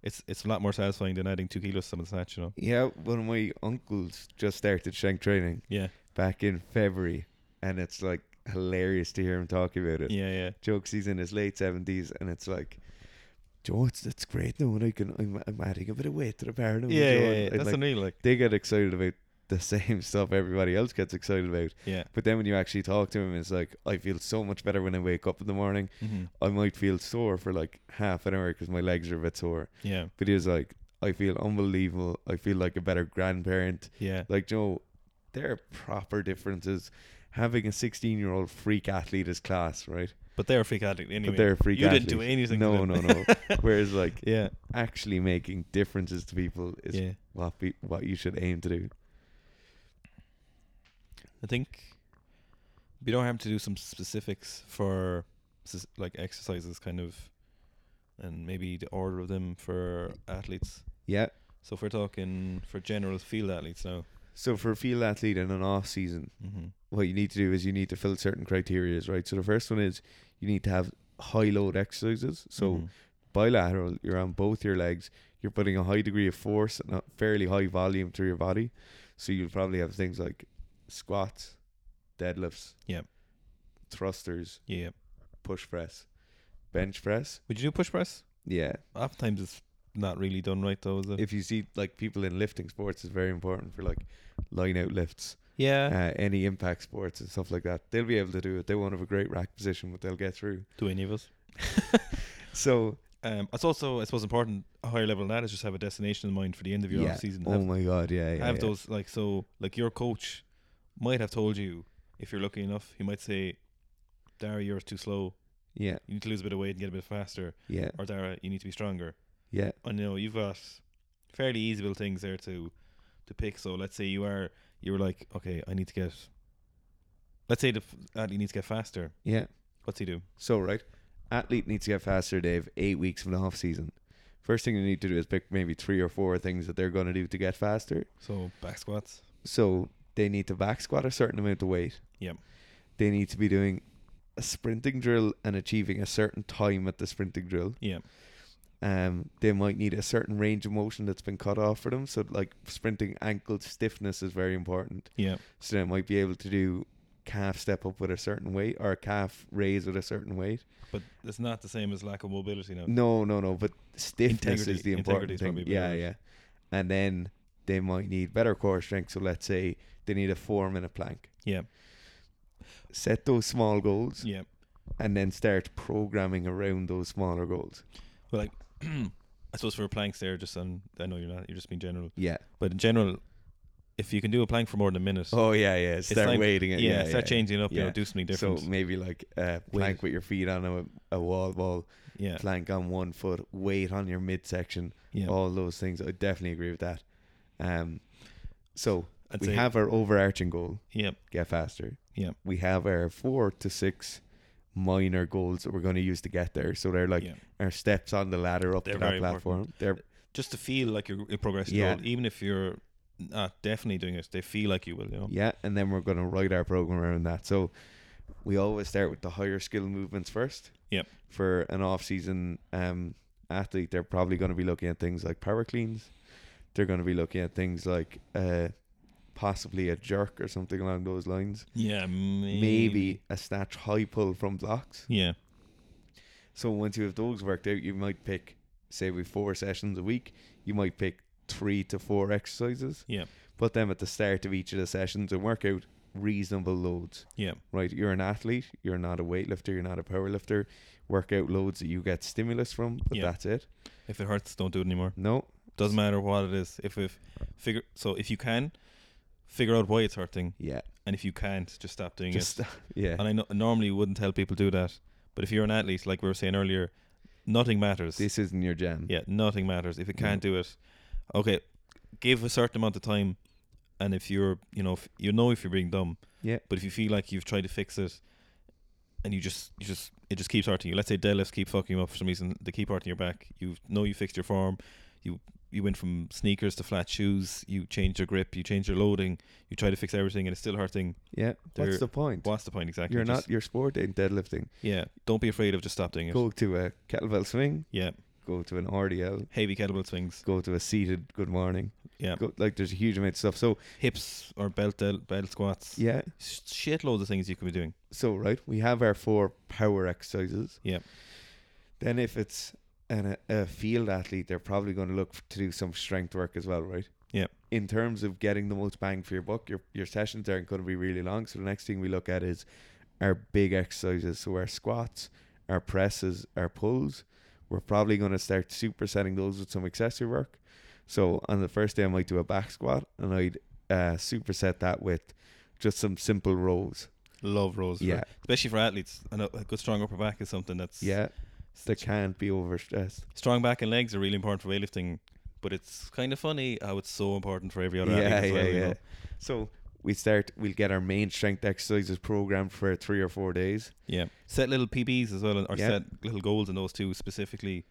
Speaker 2: it's it's a lot more satisfying than adding two kilos to someone's snatch, you know.
Speaker 1: yeah one of my uncles just started strength training
Speaker 2: Yeah,
Speaker 1: back in february and it's like hilarious to hear him talk about it
Speaker 2: yeah, yeah,
Speaker 1: jokes. He's in his late seventies, and it's like, Joe, it's that's great. No, and I can I'm, I'm adding a bit of weight to the bar. now,
Speaker 2: yeah,
Speaker 1: Joe."
Speaker 2: yeah.
Speaker 1: And
Speaker 2: yeah.
Speaker 1: I'd
Speaker 2: That's
Speaker 1: like,
Speaker 2: unreal, like
Speaker 1: they get excited about the same stuff everybody else gets excited about.
Speaker 2: yeah.
Speaker 1: But then when you actually talk to him, it's like I feel so much better when I wake up in the morning.
Speaker 2: Mm-hmm.
Speaker 1: I might feel sore for like half an hour because my legs are a bit sore.
Speaker 2: Yeah,
Speaker 1: But he was like, I feel unbelievable. I feel like a better grandparent.
Speaker 2: yeah,
Speaker 1: Like Joe, there are proper differences. Having a 16 year old freak athlete is class, right?
Speaker 2: but they're a freak addict anyway.
Speaker 1: but they're a freak
Speaker 2: you didn't do
Speaker 1: athlete.
Speaker 2: anything. to
Speaker 1: No,
Speaker 2: them.
Speaker 1: no, no. Whereas like
Speaker 2: yeah,
Speaker 1: actually making differences to people is
Speaker 2: yeah.
Speaker 1: what be, what you should aim to do.
Speaker 2: I think we don't have to do some specifics for s- like exercises, kind of, and maybe the order of them for athletes.
Speaker 1: Yeah.
Speaker 2: So if we're talking for general field athletes now,
Speaker 1: So for a field athlete in an off season,
Speaker 2: mm-hmm.
Speaker 1: what you need to do is you need to fill certain criteria, right? So the first one is you need to have high load exercises. So
Speaker 2: Mm-hmm.
Speaker 1: bilateral, you're on both your legs. You're putting a high degree of force and a fairly high volume through your body. So you'll probably have things like squats, deadlifts,
Speaker 2: Yep.
Speaker 1: thrusters,
Speaker 2: yeah,
Speaker 1: push press, bench press.
Speaker 2: would you do push press?
Speaker 1: Yeah.
Speaker 2: Oftentimes it's not really done right though, is it?
Speaker 1: If you see like people in lifting sports, it's very important for like line out lifts,
Speaker 2: yeah,
Speaker 1: uh, any impact sports and stuff like that. They'll be able to do it. They won't have a great rack position, but they'll get through.
Speaker 2: do any of us?
Speaker 1: So
Speaker 2: Um, it's also I suppose important a higher level than that is just have a destination in mind for the end of your
Speaker 1: yeah.
Speaker 2: off season.
Speaker 1: Oh my god, yeah, yeah.
Speaker 2: have
Speaker 1: yeah.
Speaker 2: those like so like your coach might have told you if you're lucky enough he might say Dara you're too slow
Speaker 1: Yeah,
Speaker 2: you need to lose a bit of weight and get a bit faster
Speaker 1: yeah,
Speaker 2: or Dara you need to be stronger
Speaker 1: yeah,
Speaker 2: I know you've got fairly easy little things there to to pick so let's say you are you were like okay I need to get let's say the f- athlete needs to get faster
Speaker 1: yeah.
Speaker 2: what's he do
Speaker 1: So right, athlete needs to get faster, Dave. Eight weeks from the off season. First thing you need to do is pick maybe three or four things that they're going to do to get faster.
Speaker 2: so back squats
Speaker 1: So they need to back squat a certain amount of weight.
Speaker 2: Yep.
Speaker 1: They need to be doing a sprinting drill and achieving a certain time at the sprinting drill.
Speaker 2: yeah
Speaker 1: Um, they might need a certain range of motion that's been cut off for them. So like sprinting ankle stiffness is very important.
Speaker 2: yeah
Speaker 1: So they might be able to do calf step up with a certain weight or a calf raise with a certain weight.
Speaker 2: but it's not the same as lack of mobility now
Speaker 1: No, no, no. But stiffness
Speaker 2: Integrity-
Speaker 1: is the
Speaker 2: integrity
Speaker 1: important
Speaker 2: is
Speaker 1: thing.
Speaker 2: probably
Speaker 1: Yeah,
Speaker 2: better.
Speaker 1: yeah. And then they might need better core strength. So let's say they need a four minute plank.
Speaker 2: yeah
Speaker 1: set those small goals
Speaker 2: yeah
Speaker 1: and then start programming around those smaller goals.
Speaker 2: But like, I suppose for planks there, just on I know you're not, you're just being general.
Speaker 1: Yeah.
Speaker 2: But in general, if you can do a plank for more than a minute,
Speaker 1: Oh yeah, yeah. Start
Speaker 2: time-
Speaker 1: waiting it.
Speaker 2: yeah,
Speaker 1: Yeah,
Speaker 2: start
Speaker 1: yeah.
Speaker 2: changing it up. You know,
Speaker 1: Yeah.
Speaker 2: do something
Speaker 1: So
Speaker 2: different.
Speaker 1: maybe like a plank with your feet on a, a wall ball,
Speaker 2: yeah,
Speaker 1: plank on one foot, weight on your midsection,
Speaker 2: yeah.
Speaker 1: all those things. I definitely agree with that. Um, so
Speaker 2: I'd
Speaker 1: we
Speaker 2: say-
Speaker 1: have our overarching goal:
Speaker 2: yeah,
Speaker 1: get faster.
Speaker 2: yeah,
Speaker 1: We have our four to six minor goals that we're going to use to get there. So they're like
Speaker 2: yeah.
Speaker 1: our steps on the ladder up
Speaker 2: They're
Speaker 1: to that
Speaker 2: very important.
Speaker 1: platform. They're
Speaker 2: Just to feel like you're, you're progressing,
Speaker 1: Yeah.
Speaker 2: forward, even if you're not definitely doing it, they feel like you will. You know,
Speaker 1: Yeah, and then we're going to write our program around that. So we always start with the higher skill movements first.
Speaker 2: Yep.
Speaker 1: For an off season um, athlete, they're probably going to be looking at things like power cleans. They're going to be looking at things like uh, possibly a jerk or something along those lines.
Speaker 2: Yeah, maybe.
Speaker 1: Maybe a snatch high pull from blocks.
Speaker 2: Yeah.
Speaker 1: So once you have those worked out, you might pick, say, with four sessions a week, you might pick three to four exercises.
Speaker 2: Yeah.
Speaker 1: Put them at the start of each of the sessions and work out reasonable loads.
Speaker 2: Yeah.
Speaker 1: Right? You're an athlete. You're not a weightlifter. You're not a powerlifter. Work out loads that you get stimulus from, but
Speaker 2: Yeah.
Speaker 1: that's it.
Speaker 2: If it hurts, don't do it anymore.
Speaker 1: No,
Speaker 2: Doesn't matter what it is. If if figure so if you can figure out why it's hurting,
Speaker 1: yeah,
Speaker 2: and if you can't, just stop doing
Speaker 1: just
Speaker 2: it.
Speaker 1: yeah,
Speaker 2: And I no- normally wouldn't tell people do that, but if you're an athlete, like we were saying earlier, nothing matters.
Speaker 1: this isn't your jam.
Speaker 2: yeah, nothing matters. If it can't do it, okay, give a certain amount of time, and if you're you know if, you know if you're being dumb,
Speaker 1: Yeah.
Speaker 2: But if you feel like you've tried to fix it, and you just you just it just keeps hurting you. Let's say deadlifts keep fucking you up for some reason. They keep hurting your back. You know you fixed your form. You you went from sneakers to flat shoes. You changed your grip. You changed your loading. You try to fix everything, and it's still hurting.
Speaker 1: yeah.
Speaker 2: They're-
Speaker 1: What's the point?
Speaker 2: What's the point exactly?
Speaker 1: You're
Speaker 2: Just-
Speaker 1: not your sport ain't deadlifting.
Speaker 2: Yeah. Don't be afraid of just stop doing it.
Speaker 1: Go to a kettlebell swing.
Speaker 2: Yeah.
Speaker 1: Go to an RDL.
Speaker 2: Heavy kettlebell swings.
Speaker 1: Go to a seated good morning.
Speaker 2: Yeah.
Speaker 1: Go, like there's a huge amount of stuff. So
Speaker 2: Hips or belt del- belt squats.
Speaker 1: yeah.
Speaker 2: shitloads of things you could be doing.
Speaker 1: So right, we have our four power exercises.
Speaker 2: Yeah.
Speaker 1: Then if it's an, a field athlete, they're probably going to look to do some strength work as well, right?
Speaker 2: Yeah.
Speaker 1: In terms of getting the most bang for your buck, your your sessions aren't going to be really long. So the next thing we look at is our big exercises. So our squats, our presses, our pulls. We're probably going to start supersetting those with some accessory work. So on the first day, I might do a back squat, and I'd uh, superset that with just some simple rows.
Speaker 2: Love rows. for-
Speaker 1: Yeah.
Speaker 2: Especially for athletes. And a a good strong upper back is something that's
Speaker 1: Yeah. They can't be overstressed.
Speaker 2: strong back and legs are really important for weightlifting. But it's kind of funny how it's so important for every other
Speaker 1: yeah,
Speaker 2: athlete as
Speaker 1: yeah,
Speaker 2: well. you know?
Speaker 1: yeah. So we start. We'll get our main strength exercises programmed for three or four days,
Speaker 2: Yeah. Set little PBs as well, and- or
Speaker 1: Yeah.
Speaker 2: set little goals in those two specifically.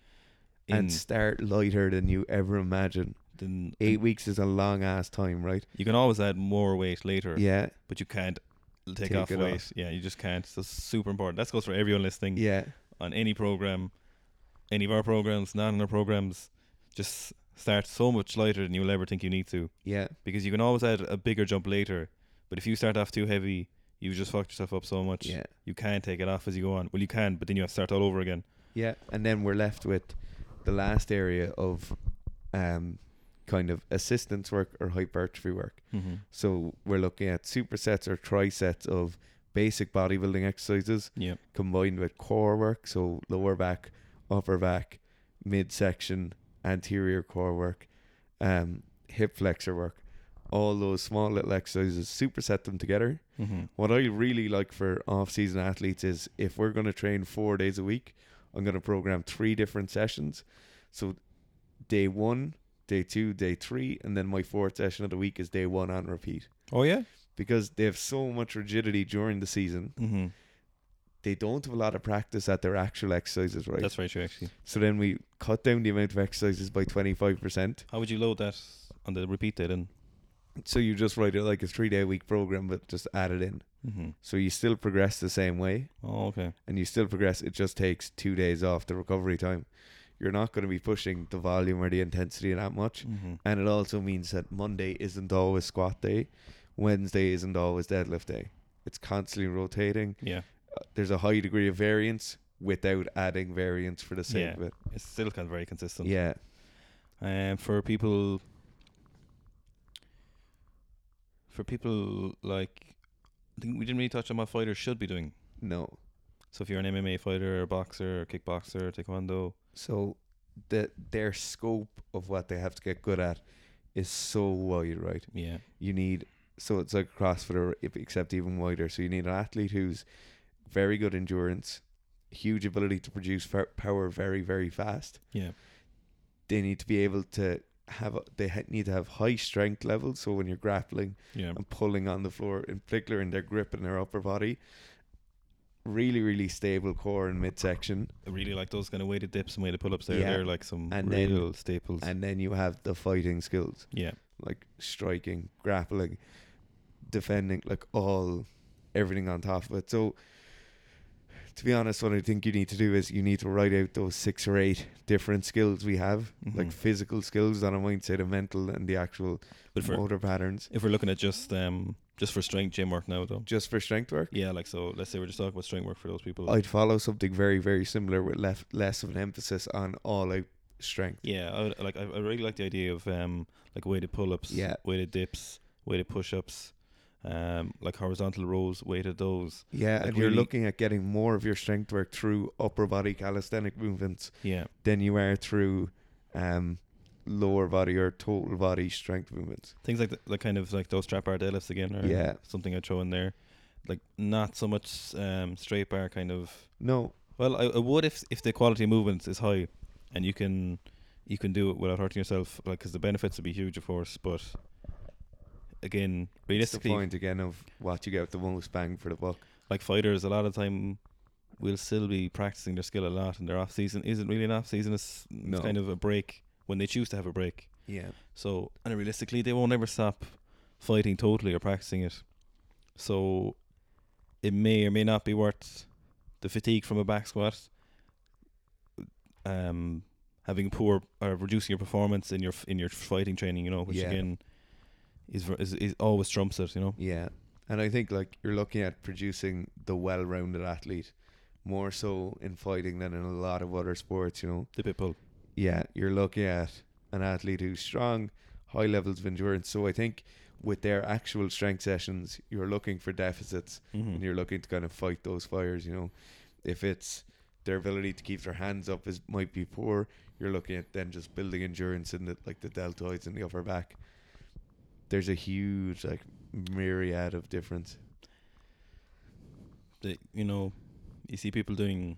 Speaker 2: In
Speaker 1: and start lighter than you ever imagine.
Speaker 2: then
Speaker 1: Eight weeks is a long ass time, right?
Speaker 2: you can always add more weight later,
Speaker 1: Yeah,
Speaker 2: but you can't l- take,
Speaker 1: Take
Speaker 2: off
Speaker 1: it
Speaker 2: weight.
Speaker 1: off.
Speaker 2: Yeah, you just can't. So it's super important. That goes for everyone listening
Speaker 1: yeah,
Speaker 2: on any program, any of our programs, not in our programs. Just start so much lighter than you'll ever think you need to.
Speaker 1: yeah.
Speaker 2: because you can always add a bigger jump later. But if you start off too heavy, you just fucked yourself up so much.
Speaker 1: Yeah.
Speaker 2: You can't take it off as you go on. Well, you can, but then you have to start all over again.
Speaker 1: Yeah, and then we're left with the last area of um, kind of assistance work or hypertrophy work.
Speaker 2: Mm-hmm.
Speaker 1: So we're looking at supersets or trisets of basic bodybuilding exercises
Speaker 2: Yeah.
Speaker 1: combined with core work, so lower back, upper back, midsection, anterior core work, um, hip flexor work, all those small little exercises, superset them together.
Speaker 2: Mm-hmm.
Speaker 1: What I really like for off season athletes is if we're going to train four days a week, I'm going to program three different sessions. So day one, day two, day three, and then my fourth session of the week is day one on repeat
Speaker 2: Oh yeah.
Speaker 1: because they have so much rigidity during the season
Speaker 2: Mm-hmm.
Speaker 1: they don't have a lot of practice at their actual exercises, right?
Speaker 2: That's very true, actually.
Speaker 1: so then we cut down the amount of exercises by 25%.
Speaker 2: How would you load that on the repeat day then?
Speaker 1: So you just write it like a three day week program, but just add it in.
Speaker 2: Mm-hmm.
Speaker 1: So you still progress the same way
Speaker 2: Oh okay.
Speaker 1: and you still progress. It just takes two days off the recovery time. You're not going to be pushing the volume or the intensity that much.
Speaker 2: Mm-hmm.
Speaker 1: And it also means that Monday isn't always squat day, Wednesday isn't always deadlift day. It's constantly rotating.
Speaker 2: Yeah.
Speaker 1: Uh, There's a high degree of variance without adding variance for the sake
Speaker 2: Yeah.
Speaker 1: of it.
Speaker 2: It's still kind of very consistent.
Speaker 1: Yeah.
Speaker 2: Um, for people, for people like, I think we didn't really touch on what fighters should be doing.
Speaker 1: No.
Speaker 2: So if you're an MMA fighter, or boxer, or kickboxer, or taekwondo,
Speaker 1: So the their scope of what they have to get good at is so wide, right?
Speaker 2: yeah,
Speaker 1: You need so it's like CrossFit or if- except even wider. So you need an athlete who's very good endurance, huge ability to produce fa- power very very fast.
Speaker 2: yeah,
Speaker 1: They need to be able to have a- they ha- need to have high strength levels. So when you're grappling
Speaker 2: yeah,
Speaker 1: and pulling on the floor, in particular in their grip and their upper body, really really stable core and midsection.
Speaker 2: I really like those kind of weighted dips and weighted pull-ups. They're,
Speaker 1: Yeah.
Speaker 2: they're like some
Speaker 1: And then-
Speaker 2: real staples.
Speaker 1: And then you have the fighting skills.
Speaker 2: yeah,
Speaker 1: like striking, grappling, defending, like all everything on top of it. So to be honest, what I think you need to do is you need to write out those six or eight different skills we have, like
Speaker 2: Mhm.
Speaker 1: physical skills that I might say the mental and the actual
Speaker 2: But for
Speaker 1: motor patterns.
Speaker 2: if we're looking at just um just for strength gym work now though.
Speaker 1: Just for strength work,
Speaker 2: Yeah, like so let's say we're just talking about strength work for those people.
Speaker 1: I'd follow something very, very similar with lef- less of an emphasis on all out strength.
Speaker 2: yeah, I would, like I, I really like the idea of um like weighted pull ups,
Speaker 1: Yeah.
Speaker 2: weighted dips, weighted push ups, um like horizontal rows, weighted those.
Speaker 1: Yeah,
Speaker 2: Like
Speaker 1: and you're
Speaker 2: really-
Speaker 1: looking at getting more of your strength work through upper body calisthenic movements
Speaker 2: Yeah.
Speaker 1: than you are through um, lower body or total body strength movements.
Speaker 2: Things like that, like kind of like those trap bar deadlifts again or
Speaker 1: Yeah.
Speaker 2: something I'd throw in there. Like not so much um straight bar kind of
Speaker 1: No,
Speaker 2: Well, I, I would if if the quality of movement is high, and you can you can do it without hurting yourself, like 'cause the benefits would be huge, of course. But again,
Speaker 1: it's the
Speaker 2: realistically,
Speaker 1: point again of what you get the most bang for the buck.
Speaker 2: like fighters, a lot of time will still be practicing their skill a lot, and their off season isn't really an off season. It's, it's
Speaker 1: No.
Speaker 2: kind of a break when they choose to have a break.
Speaker 1: Yeah.
Speaker 2: So, and realistically, they won't ever stop fighting totally or practicing it. So, it may or may not be worth the fatigue from a back squat, um, having poor or reducing your performance in your in your fighting training. You know, which
Speaker 1: Yeah.
Speaker 2: again is, ver- is is always trumps it. You know,
Speaker 1: Yeah. And I think like you're looking at producing the well rounded athlete more so in fighting than in a lot of other sports, you know.
Speaker 2: the pit bull.
Speaker 1: Yeah, you're looking at an athlete who's strong, high levels of endurance. So I think with their actual strength sessions, you're looking for deficits
Speaker 2: Mm-hmm.
Speaker 1: and you're looking to kind of fight those fires, you know. If it's their ability to keep their hands up is might be poor, you're looking at then just building endurance in the like the deltoids and the upper back. There's a huge like myriad of difference.
Speaker 2: the, you know, you see people doing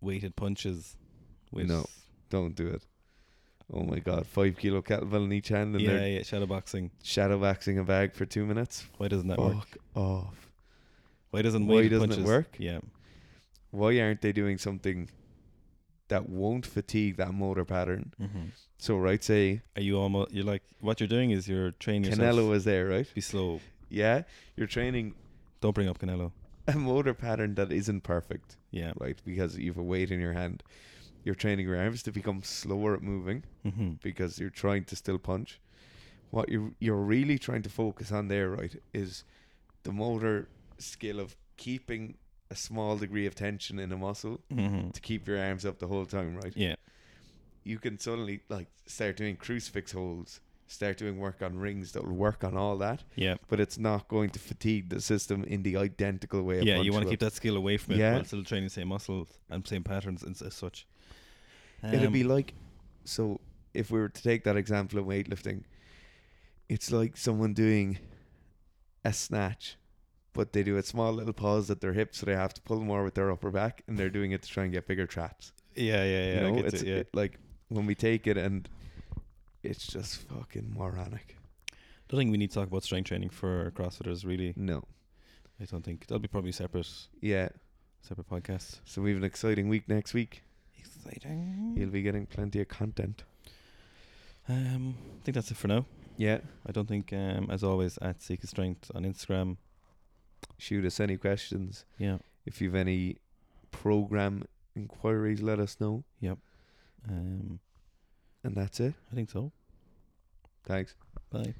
Speaker 2: weighted punches. With
Speaker 1: No. Don't do it. Oh my god, five kilo kettlebell in each hand and
Speaker 2: Yeah,
Speaker 1: they're
Speaker 2: yeah, shadow boxing.
Speaker 1: shadow waxing a bag for two minutes.
Speaker 2: Why doesn't that work?
Speaker 1: Fuck off.
Speaker 2: Why doesn't
Speaker 1: Why
Speaker 2: weighted
Speaker 1: doesn't it
Speaker 2: punches
Speaker 1: work?
Speaker 2: Yeah,
Speaker 1: Why aren't they doing something that won't fatigue that motor pattern?
Speaker 2: Mm-hmm.
Speaker 1: So right, say
Speaker 2: Are you almost? You're like what you're doing is you're training yourself.
Speaker 1: Canelo was there, right?
Speaker 2: Be slow.
Speaker 1: Yeah, you're training
Speaker 2: Don't bring up Canelo.
Speaker 1: a motor pattern that isn't perfect,
Speaker 2: Yeah.
Speaker 1: right? Because you've a weight in your hand. You're training your arms to become slower at moving
Speaker 2: Mm-hmm.
Speaker 1: because you're trying to still punch. What you're you're really trying to focus on there, right, is the motor skill of keeping a small degree of tension in a muscle
Speaker 2: Mm-hmm.
Speaker 1: to keep your arms up the whole time, right?
Speaker 2: Yeah.
Speaker 1: You can suddenly like start doing crucifix holds, start doing work on rings that'll work on all that,
Speaker 2: Yeah.
Speaker 1: but it's not going to fatigue the system in the identical way. a
Speaker 2: Yeah. You
Speaker 1: punch
Speaker 2: want to
Speaker 1: will.
Speaker 2: keep that skill away from it
Speaker 1: Yeah.
Speaker 2: while still training the same muscles and same patterns and s- as such.
Speaker 1: It'd
Speaker 2: Um,
Speaker 1: be like, so if we were to take that example of weightlifting, it's like someone doing a snatch, but they do a small little pause at their hips, so they have to pull more with their upper back, and they're doing it to try and get bigger traps.
Speaker 2: Yeah, yeah, yeah.
Speaker 1: you
Speaker 2: I
Speaker 1: know,
Speaker 2: get
Speaker 1: it's
Speaker 2: it, yeah.
Speaker 1: it- like when we take it, and it's just fucking moronic.
Speaker 2: I don't think we need to talk about strength training for CrossFitters. Really,
Speaker 1: No,
Speaker 2: I don't think that'll be probably separate,
Speaker 1: yeah.
Speaker 2: separate podcast.
Speaker 1: So we have an exciting week next week.
Speaker 2: Exciting.
Speaker 1: You'll be getting plenty of content.
Speaker 2: Um, I think that's it for now.
Speaker 1: Yeah.
Speaker 2: I don't think, um, as always, at Seek His Strength on Instagram.
Speaker 1: Shoot us any questions.
Speaker 2: Yeah.
Speaker 1: If you've any program inquiries, let us know.
Speaker 2: Um,
Speaker 1: And that's it.
Speaker 2: I think so.
Speaker 1: Thanks.
Speaker 2: Bye.